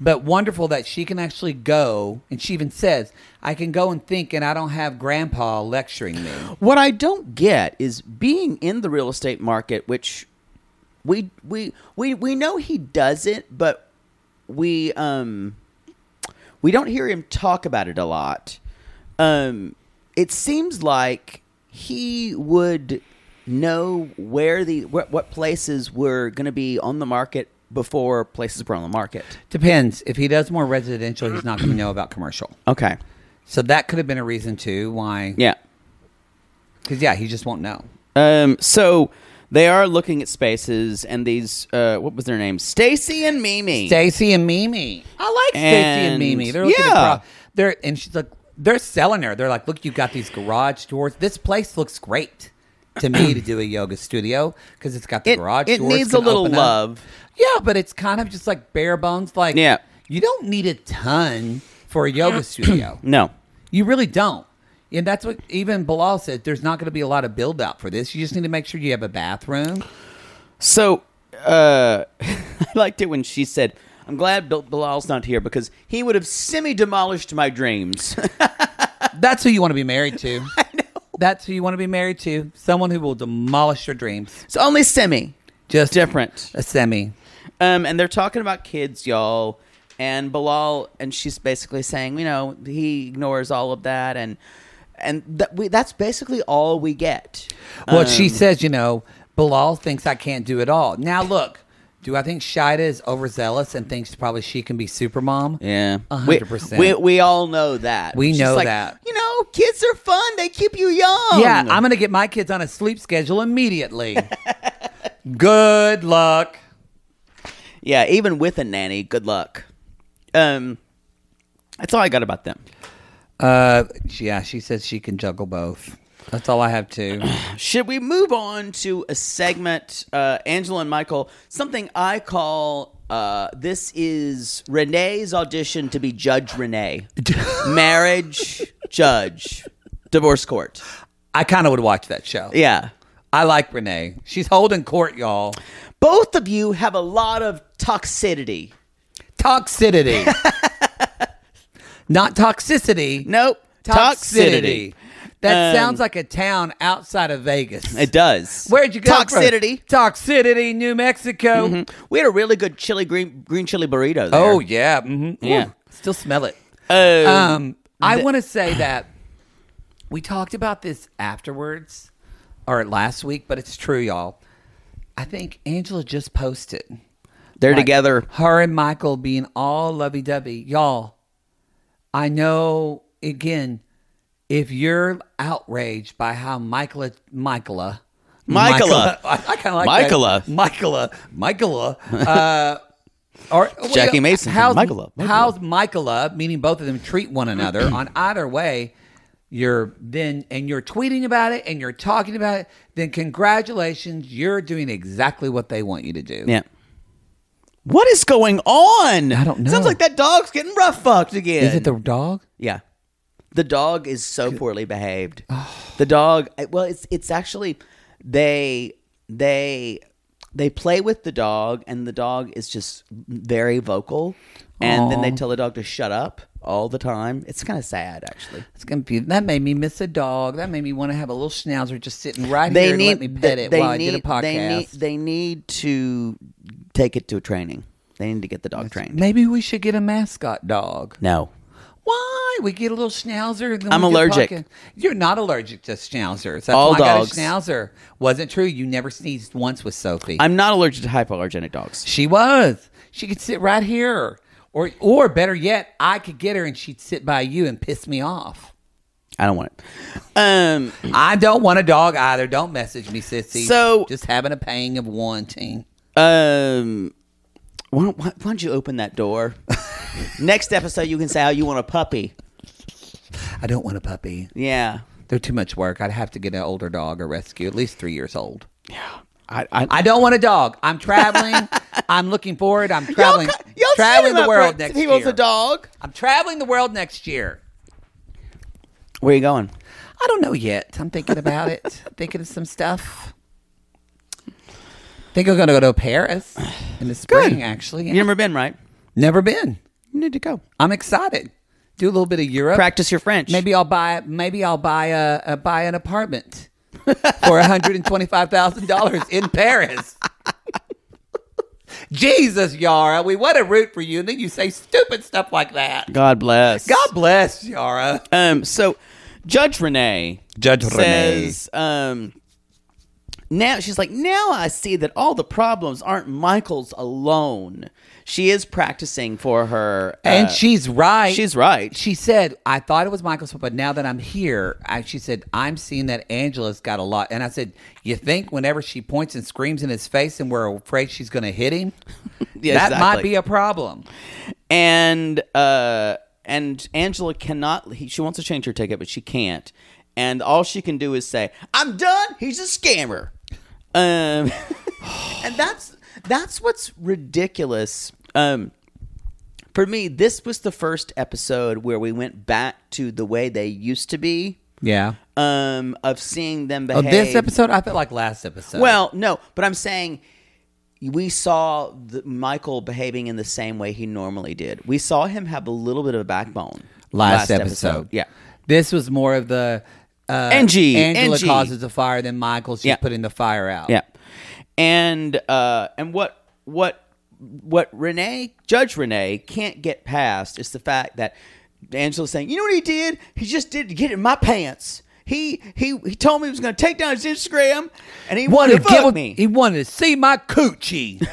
But wonderful that she can actually go, and she even says, I can go and think, and I don't have grandpa lecturing me. what I don't get is being in the real estate market, which we we we we know he does it, but we um we don't hear him talk about it a lot. Um, it seems like he would know where the what, what places were going to be on the market before places were on the market. Depends. If he does more residential, he's not going to know about commercial. Okay, So that could have been a reason, too, why. yeah. Because, yeah, he just won't know. Um, so they are looking at spaces, and these uh, what was their name? Stacy and Mimi. Stacy and Mimi. I like Stacy and And- Mimi. They're looking Yeah. at pro- they're and she's like they're selling her. They're like, look, you got these garage doors. This place looks great to me to do a yoga studio because it's got the It- garage. it doors needs can a little open up. love. Yeah, but it's kind of just like bare bones. Like, Yeah. you don't need a ton for a yoga studio. no. You really don't. And that's what even Bilal said. There's not going to be a lot of build out for this. You just need to make sure you have a bathroom. So uh, I liked it when she said, "I'm glad Bil- Bilal's not here because he would have semi demolished my dreams." That's who you want to be married to. I know. That's who you want to be married to. Someone who will demolish your dreams. it's only semi, Just different. a semi. Um, and they're talking about kids, y'all. And Bilal, and she's basically saying, you know, he ignores all of that, and and that we, that's basically all we get. Well, Um, she says, you know, Bilal thinks I can't do it all. Now look, do I think Shida is overzealous and thinks probably she can be supermom? Yeah, A We- hundred percent. We, we all know that. We She's know like, that. You know, kids are fun. They keep you young. Yeah, I'm gonna get my kids on a sleep schedule immediately. Good luck. yeah. Even with a nanny, good luck. Um, that's all I got about them. Uh, yeah, she says she can juggle both. That's all I have too. Should we move on to a segment, uh, Angela and Michael? Something I call uh, this is Renee's audition to be Judge Renee, marriage judge, divorce court. I kind of would watch that show. Yeah, I like Renee. She's holding court, y'all. both of you have a lot of toxicity. Toxicity. Not toxicity. Nope, Toxicity. That Um, sounds like a town outside of Vegas. It does. Where'd you go? Toxicity. From? Toxicity, New Mexico. We had a really good chili green green chili burrito. There. Oh yeah. Mm-hmm. Yeah. Still smell it. Uh, Um, I want to say that we talked about this afterwards or last week, but it's true, y'all. I think Angela just posted they're like, together. Her and Michael being all lovey dovey, y'all. I know. Again, if you're outraged by how Michaela, Michaela, Michaela. I, kind of like Michaela. that. Michaela, Michaela, uh, or Jackie Mason from How's Michaela, Michaela. How's Michaela? Meaning both of them treat one another on either way. You're then and you're tweeting about it and you're talking about it. Then congratulations, you're doing exactly what they want you to do. Yeah. What is going on? I don't Sounds know. like that dog's getting rough fucked again. Is it the dog? Yeah. The dog is so poorly behaved. The dog well it's it's actually they they they play with the dog, and the dog is just very vocal. And then they tell the dog to shut up all the time. It's kind of sad, actually. It's gonna be that made me miss a dog. That made me want to have a little schnauzer just sitting right they here and need let me pet it they while I did a need- podcast. They need, they need to take it to a training. They need to get the dog trained. Maybe we should get a mascot dog. no, Why? We get a little schnauzer. And then I'm we do a allergic. podcast. You're not allergic to schnauzers. That's All why dogs. I got a schnauzer. Wasn't true. You never sneezed once with Sophie. I'm not allergic to hypoallergenic dogs. She was. She could sit right here. Or or better yet, I could get her and she'd sit by you and piss me off. I don't want it. Um, I don't want a dog either. Don't message me, sissy. So- just having a pang of wanting. um, why don't, why, why don't you open that door? Next episode, you can say how you want a puppy. I don't want a puppy. Yeah, They're too much work. I'd have to get an older dog or rescue, at least three years old. I, I, I don't want a dog. I'm traveling. I'm looking forward. I'm traveling. traveling the world next He year. wants a dog. I'm traveling the world next year. Where are you going? I don't know yet. I'm thinking about it. I'm thinking of some stuff. Think I'm gonna go to Paris in the spring. Actually, yeah. You never been, right? never been. You need to go. I'm excited. Do a little bit of Europe. Practice your French. Maybe I'll buy. Maybe I'll buy a, a buy an apartment for one hundred and twenty five thousand dollars in Paris. Jesus, Yara, we want to root for you, and then you say stupid stuff like that. God bless. God bless Yara. Um, so Judge Renee Judge says, um, now she's like, now I see that all the problems aren't Michael's alone. She is practicing for her, uh, and she's right. she's right. She said, I thought it was Michael's fault, but now that I'm here, I, she said, I'm seeing that Angela's got a lot. And I said, You think whenever she points and screams in his face and we're afraid she's going to hit him? Yeah, that exactly. might be a problem. and uh, and Angela cannot. He, she wants to change her ticket, but she can't. And all she can do is say, "I'm done. He's a scammer." Um, and that's that's what's ridiculous. Um, for me, this was the first episode where we went back to the way they used to be. Yeah. Um, of seeing them Oh, behave. this episode, I felt like last episode. Well, no, but I'm saying we saw the, Michael behaving in the same way he normally did. We saw him have a little bit of a backbone last, episode. Yeah. This was more of the. Uh, Angie, Angela Angie. causes a fire, then Michael's just Yeah. putting the fire out. Yeah. And uh and what what what Renee Judge Renee can't get past is the fact that Angela's saying, "You know what he did? He just did to get in my pants." He he he told me he was going to take down his Instagram, and he wanted to get fuck with me. He wanted to see my coochie.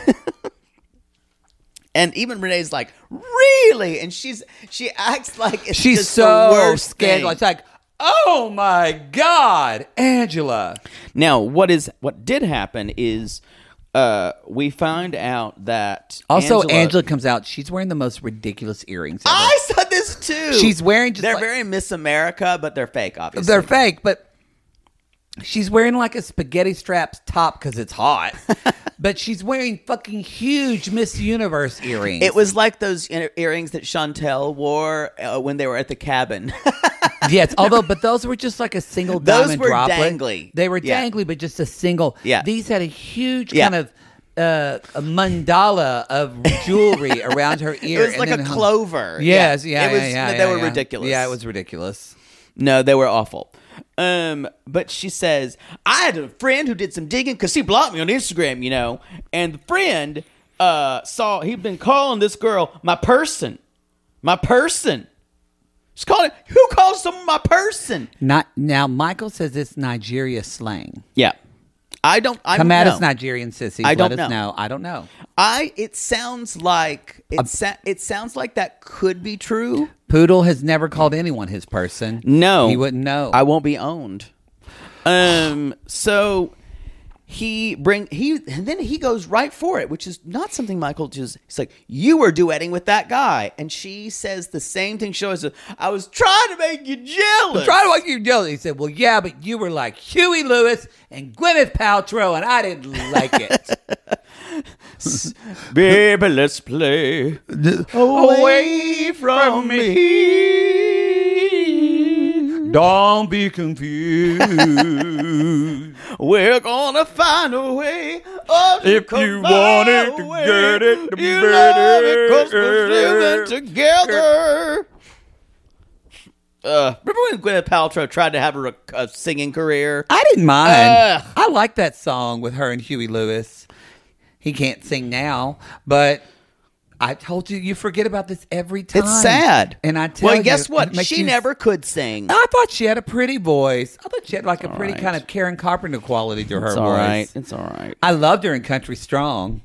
And even Renee's like, really? And she's she acts like it's She's just so the worst scandal. It's thing. like, oh my God, Angela. Now, what is what did happen is uh we find out that Also, Angela, Angela, comes out. She's wearing the most ridiculous earrings. Ever. I saw this too. She's wearing just They're like- very Miss America, but they're fake, obviously. They're fake, but she's wearing like a spaghetti straps top because it's hot. but she's wearing fucking huge Miss Universe earrings. It was like those ear- earrings that Chantel wore uh, when they were at the cabin. yes, although but those were just like a single Those diamond were droplet. dangly. They were Yeah. dangly, but just a single. Yeah. these had a huge Yeah. kind of uh, a mandala of jewelry around her ear. it was and like then a hung- clover. Yes, yeah, It was, yeah, yeah, they yeah, were yeah. ridiculous. Yeah, it was ridiculous. No, they were awful. Um, but she says, I had a friend who did some digging because she blocked me on Instagram, you know. And the friend uh, saw he'd been calling this girl my person. My person. She's calling who calls someone my person? Not now. Michael says it's Nigeria slang. Yeah. I don't I Come don't at know. us, Nigerian sissies. I don't Let know. us know. I don't know. I it sounds like it sa- it sounds like that could be true. Poodle has never called anyone his person. No, he wouldn't know. I won't be owned. Um. So he bring he and then he goes right for it, which is not something Michael just. It's like you were duetting with that guy, and she says the same thing. She always says, "I was trying to make you jealous." Try to walk you jealous. He said, Well, yeah, but you were like Huey Lewis and Gwyneth Paltrow, and I didn't like it. Baby, let's play away from me. Don't be confused. We're gonna find a way If you want it to get it, to you beat love it, it. 'cause we're human together. Uh, remember when Gwyneth Paltrow tried to have her a, a singing career? I didn't mind. Ugh. I like that song with her and Huey Lewis. He can't sing now, but I told you you forget about this every time. It's sad. And I tell well, you, guess it what? makes She you- never could sing. I thought she had a pretty voice. I thought she had like a pretty right. kind of Karen Carpenter quality to her it's voice. all right. It's all right. I loved her in Country Strong.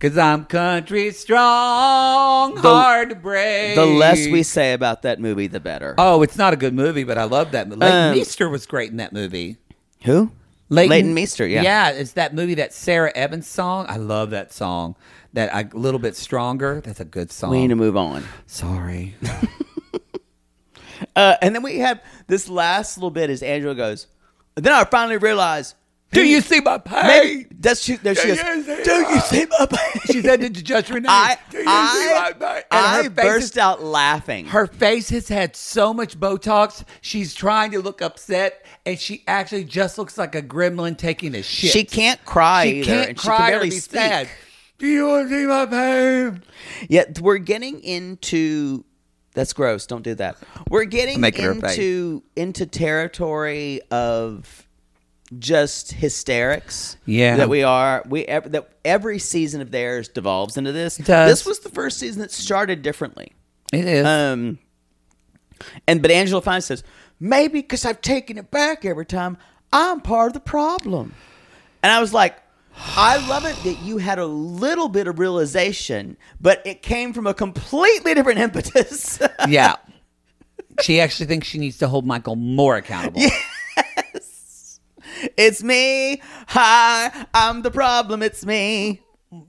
Cause I'm country strong, The- hard to break. The less we say about that movie, the better. Oh, it's not a good movie, but I love that movie. Leighton Um, Meester was great in that movie. Who? Leighton, Leighton Meester, yeah. Yeah, it's that movie, that Sarah Evans song. I love that song. That I, a little bit stronger. That's a good song. We need to move on. Sorry. Uh, and then we have this last little bit as Angela goes. Then I finally realized. Do you see my pain? Maybe that's she. There she Do is. you see Do my- you see my pain? She said to Judge Renee. I, "Do you see I, my pain?" And I her face is- burst out laughing. Her face has had so much Botox. She's trying to look upset, and she actually just looks like a gremlin taking a shit. She can't cry She either, can't and she cry can barely or be speak. sad. Do you want to see my pain? Yet we're getting into that's gross. Don't do that. We're getting Making her face. into into territory of just hysterics. Yeah. that we are. We ev- that every season of theirs devolves into this. It does. This was the first season that started differently. It is. Um, and but Angela finally says, maybe because I've taken it back every time, I'm part of the problem. And I was like, I love it that you had a little bit of realization, but it came from a completely different impetus. yeah. She actually thinks she needs to hold Michael more accountable. it's me. Hi, I'm the problem. It's me.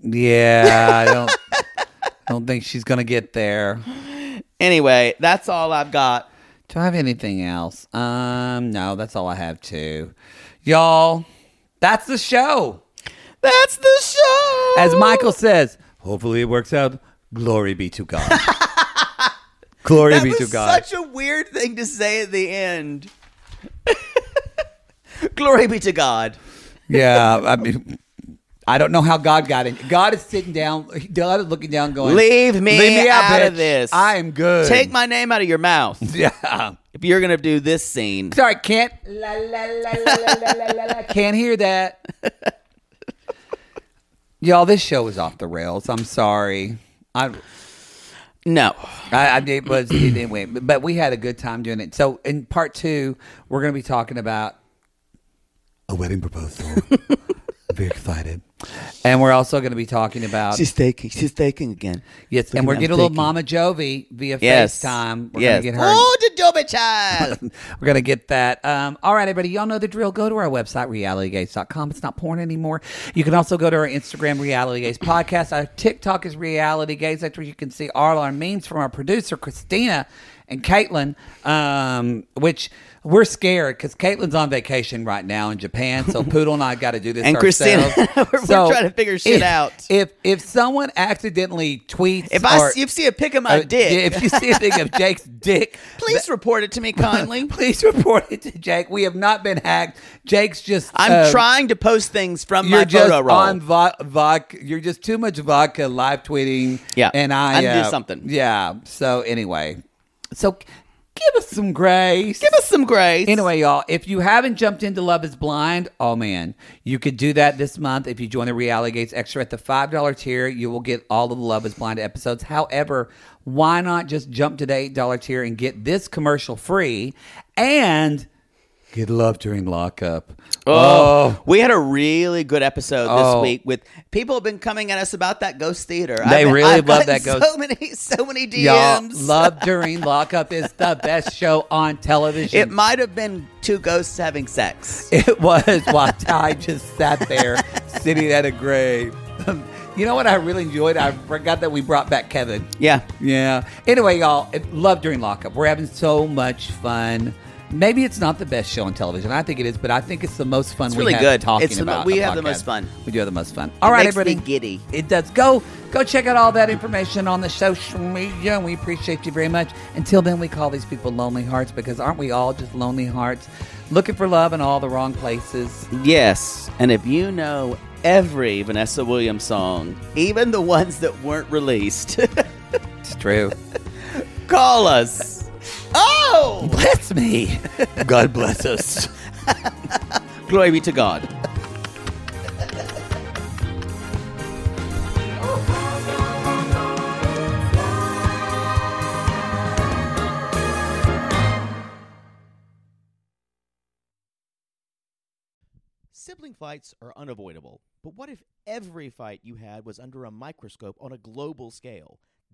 Yeah, I don't. I don't think she's gonna get there. Anyway, that's all I've got. Do I have anything else? Um, no, that's all I have too. Y'all, that's the show. That's the show. As Michael says, hopefully it works out. Glory be to God. Glory that be was to God. such a weird thing to say at the end. Glory be to God. yeah, I mean, I don't know how God got in. God is sitting down. God is looking down, going, Leave me, out bitch. of this. I am good. Take my name out of your mouth Yeah. if you're gonna do this scene. Sorry, can't. La, la, la, la, la, la, la, la. Can't hear that. Y'all, this show is off the rails. I'm sorry. I, No, I, I it was it, it went, but we had a good time doing it. So in part two, we're going to be talking about a wedding proposal. Very excited, and we're also going to be talking about she's taking. She's taking again. yes, and Look we're at getting that a little thinking. Mama Jovi via Yes. FaceTime. We're yes. going to get her. Oh, the Dover child. We're going to get that. Um, all right, everybody. Y'all know the drill. Go to our website, realitygaze.com. It's not porn anymore. You can also go to our Instagram, Reality Gaze Podcast. Our TikTok is Reality Gaze. That's where you can see all our memes from our producer, Christina and Caitlin, um, which we're scared because Caitlin's on vacation right now in Japan. So Poodle and I got to do this And Christina, ourselves. we're- we're trying to figure shit if- out. If if someone accidentally tweets If I or- if you see a pic of uh, my dick, if you see a thing of Jake's dick, please report it to me kindly. Please report it to Jake. We have not been hacked. Jake's just. I'm uh, trying to post things from You're my just photo roll. on vo- vodka. You're just too much vodka live tweeting. Yeah. and I, I need to do uh, something. Yeah. So anyway, so give us some grace. Give us some grace. Anyway, y'all, if you haven't jumped into Love is Blind, oh man, you could do that this month if you join the Reality Gates Extra at the $5 tier. You will get all of the Love is Blind episodes. However, why not just jump to the $8 tier and get this commercial free and get love during lockup? Oh, we had a really good episode this Oh. week with people have been coming at us about that ghost theater. They I've- really I've love gotten that ghost- So many, so many DMs. Y'all, Love During Lockup is the best show on television. It might have been two ghosts having sex. It was while Ty just sat there sitting at a grave. you know what I really enjoyed? I forgot that we brought back Kevin. Yeah. Yeah. Anyway, y'all, it- love during lockup. We're having so much fun. Maybe it's not the best show on television. I think it is, but I think it's the most fun It's we really have good. talking It's the mo- about. on we the have the podcast. most fun. We do have the most fun. All right, makes me everybody. giddy. It does. Go go check out all that information on the social media. We appreciate you very much. Until then, we call these people lonely hearts because aren't we all just lonely hearts looking for love in all the wrong places? Yes. And if you know every Vanessa Williams song, even the ones that weren't released. It's true. Call us. Oh! Bless me. God bless us. Glory be to God. Sibling fights are unavoidable, but what if every fight you had was under a microscope on a global scale?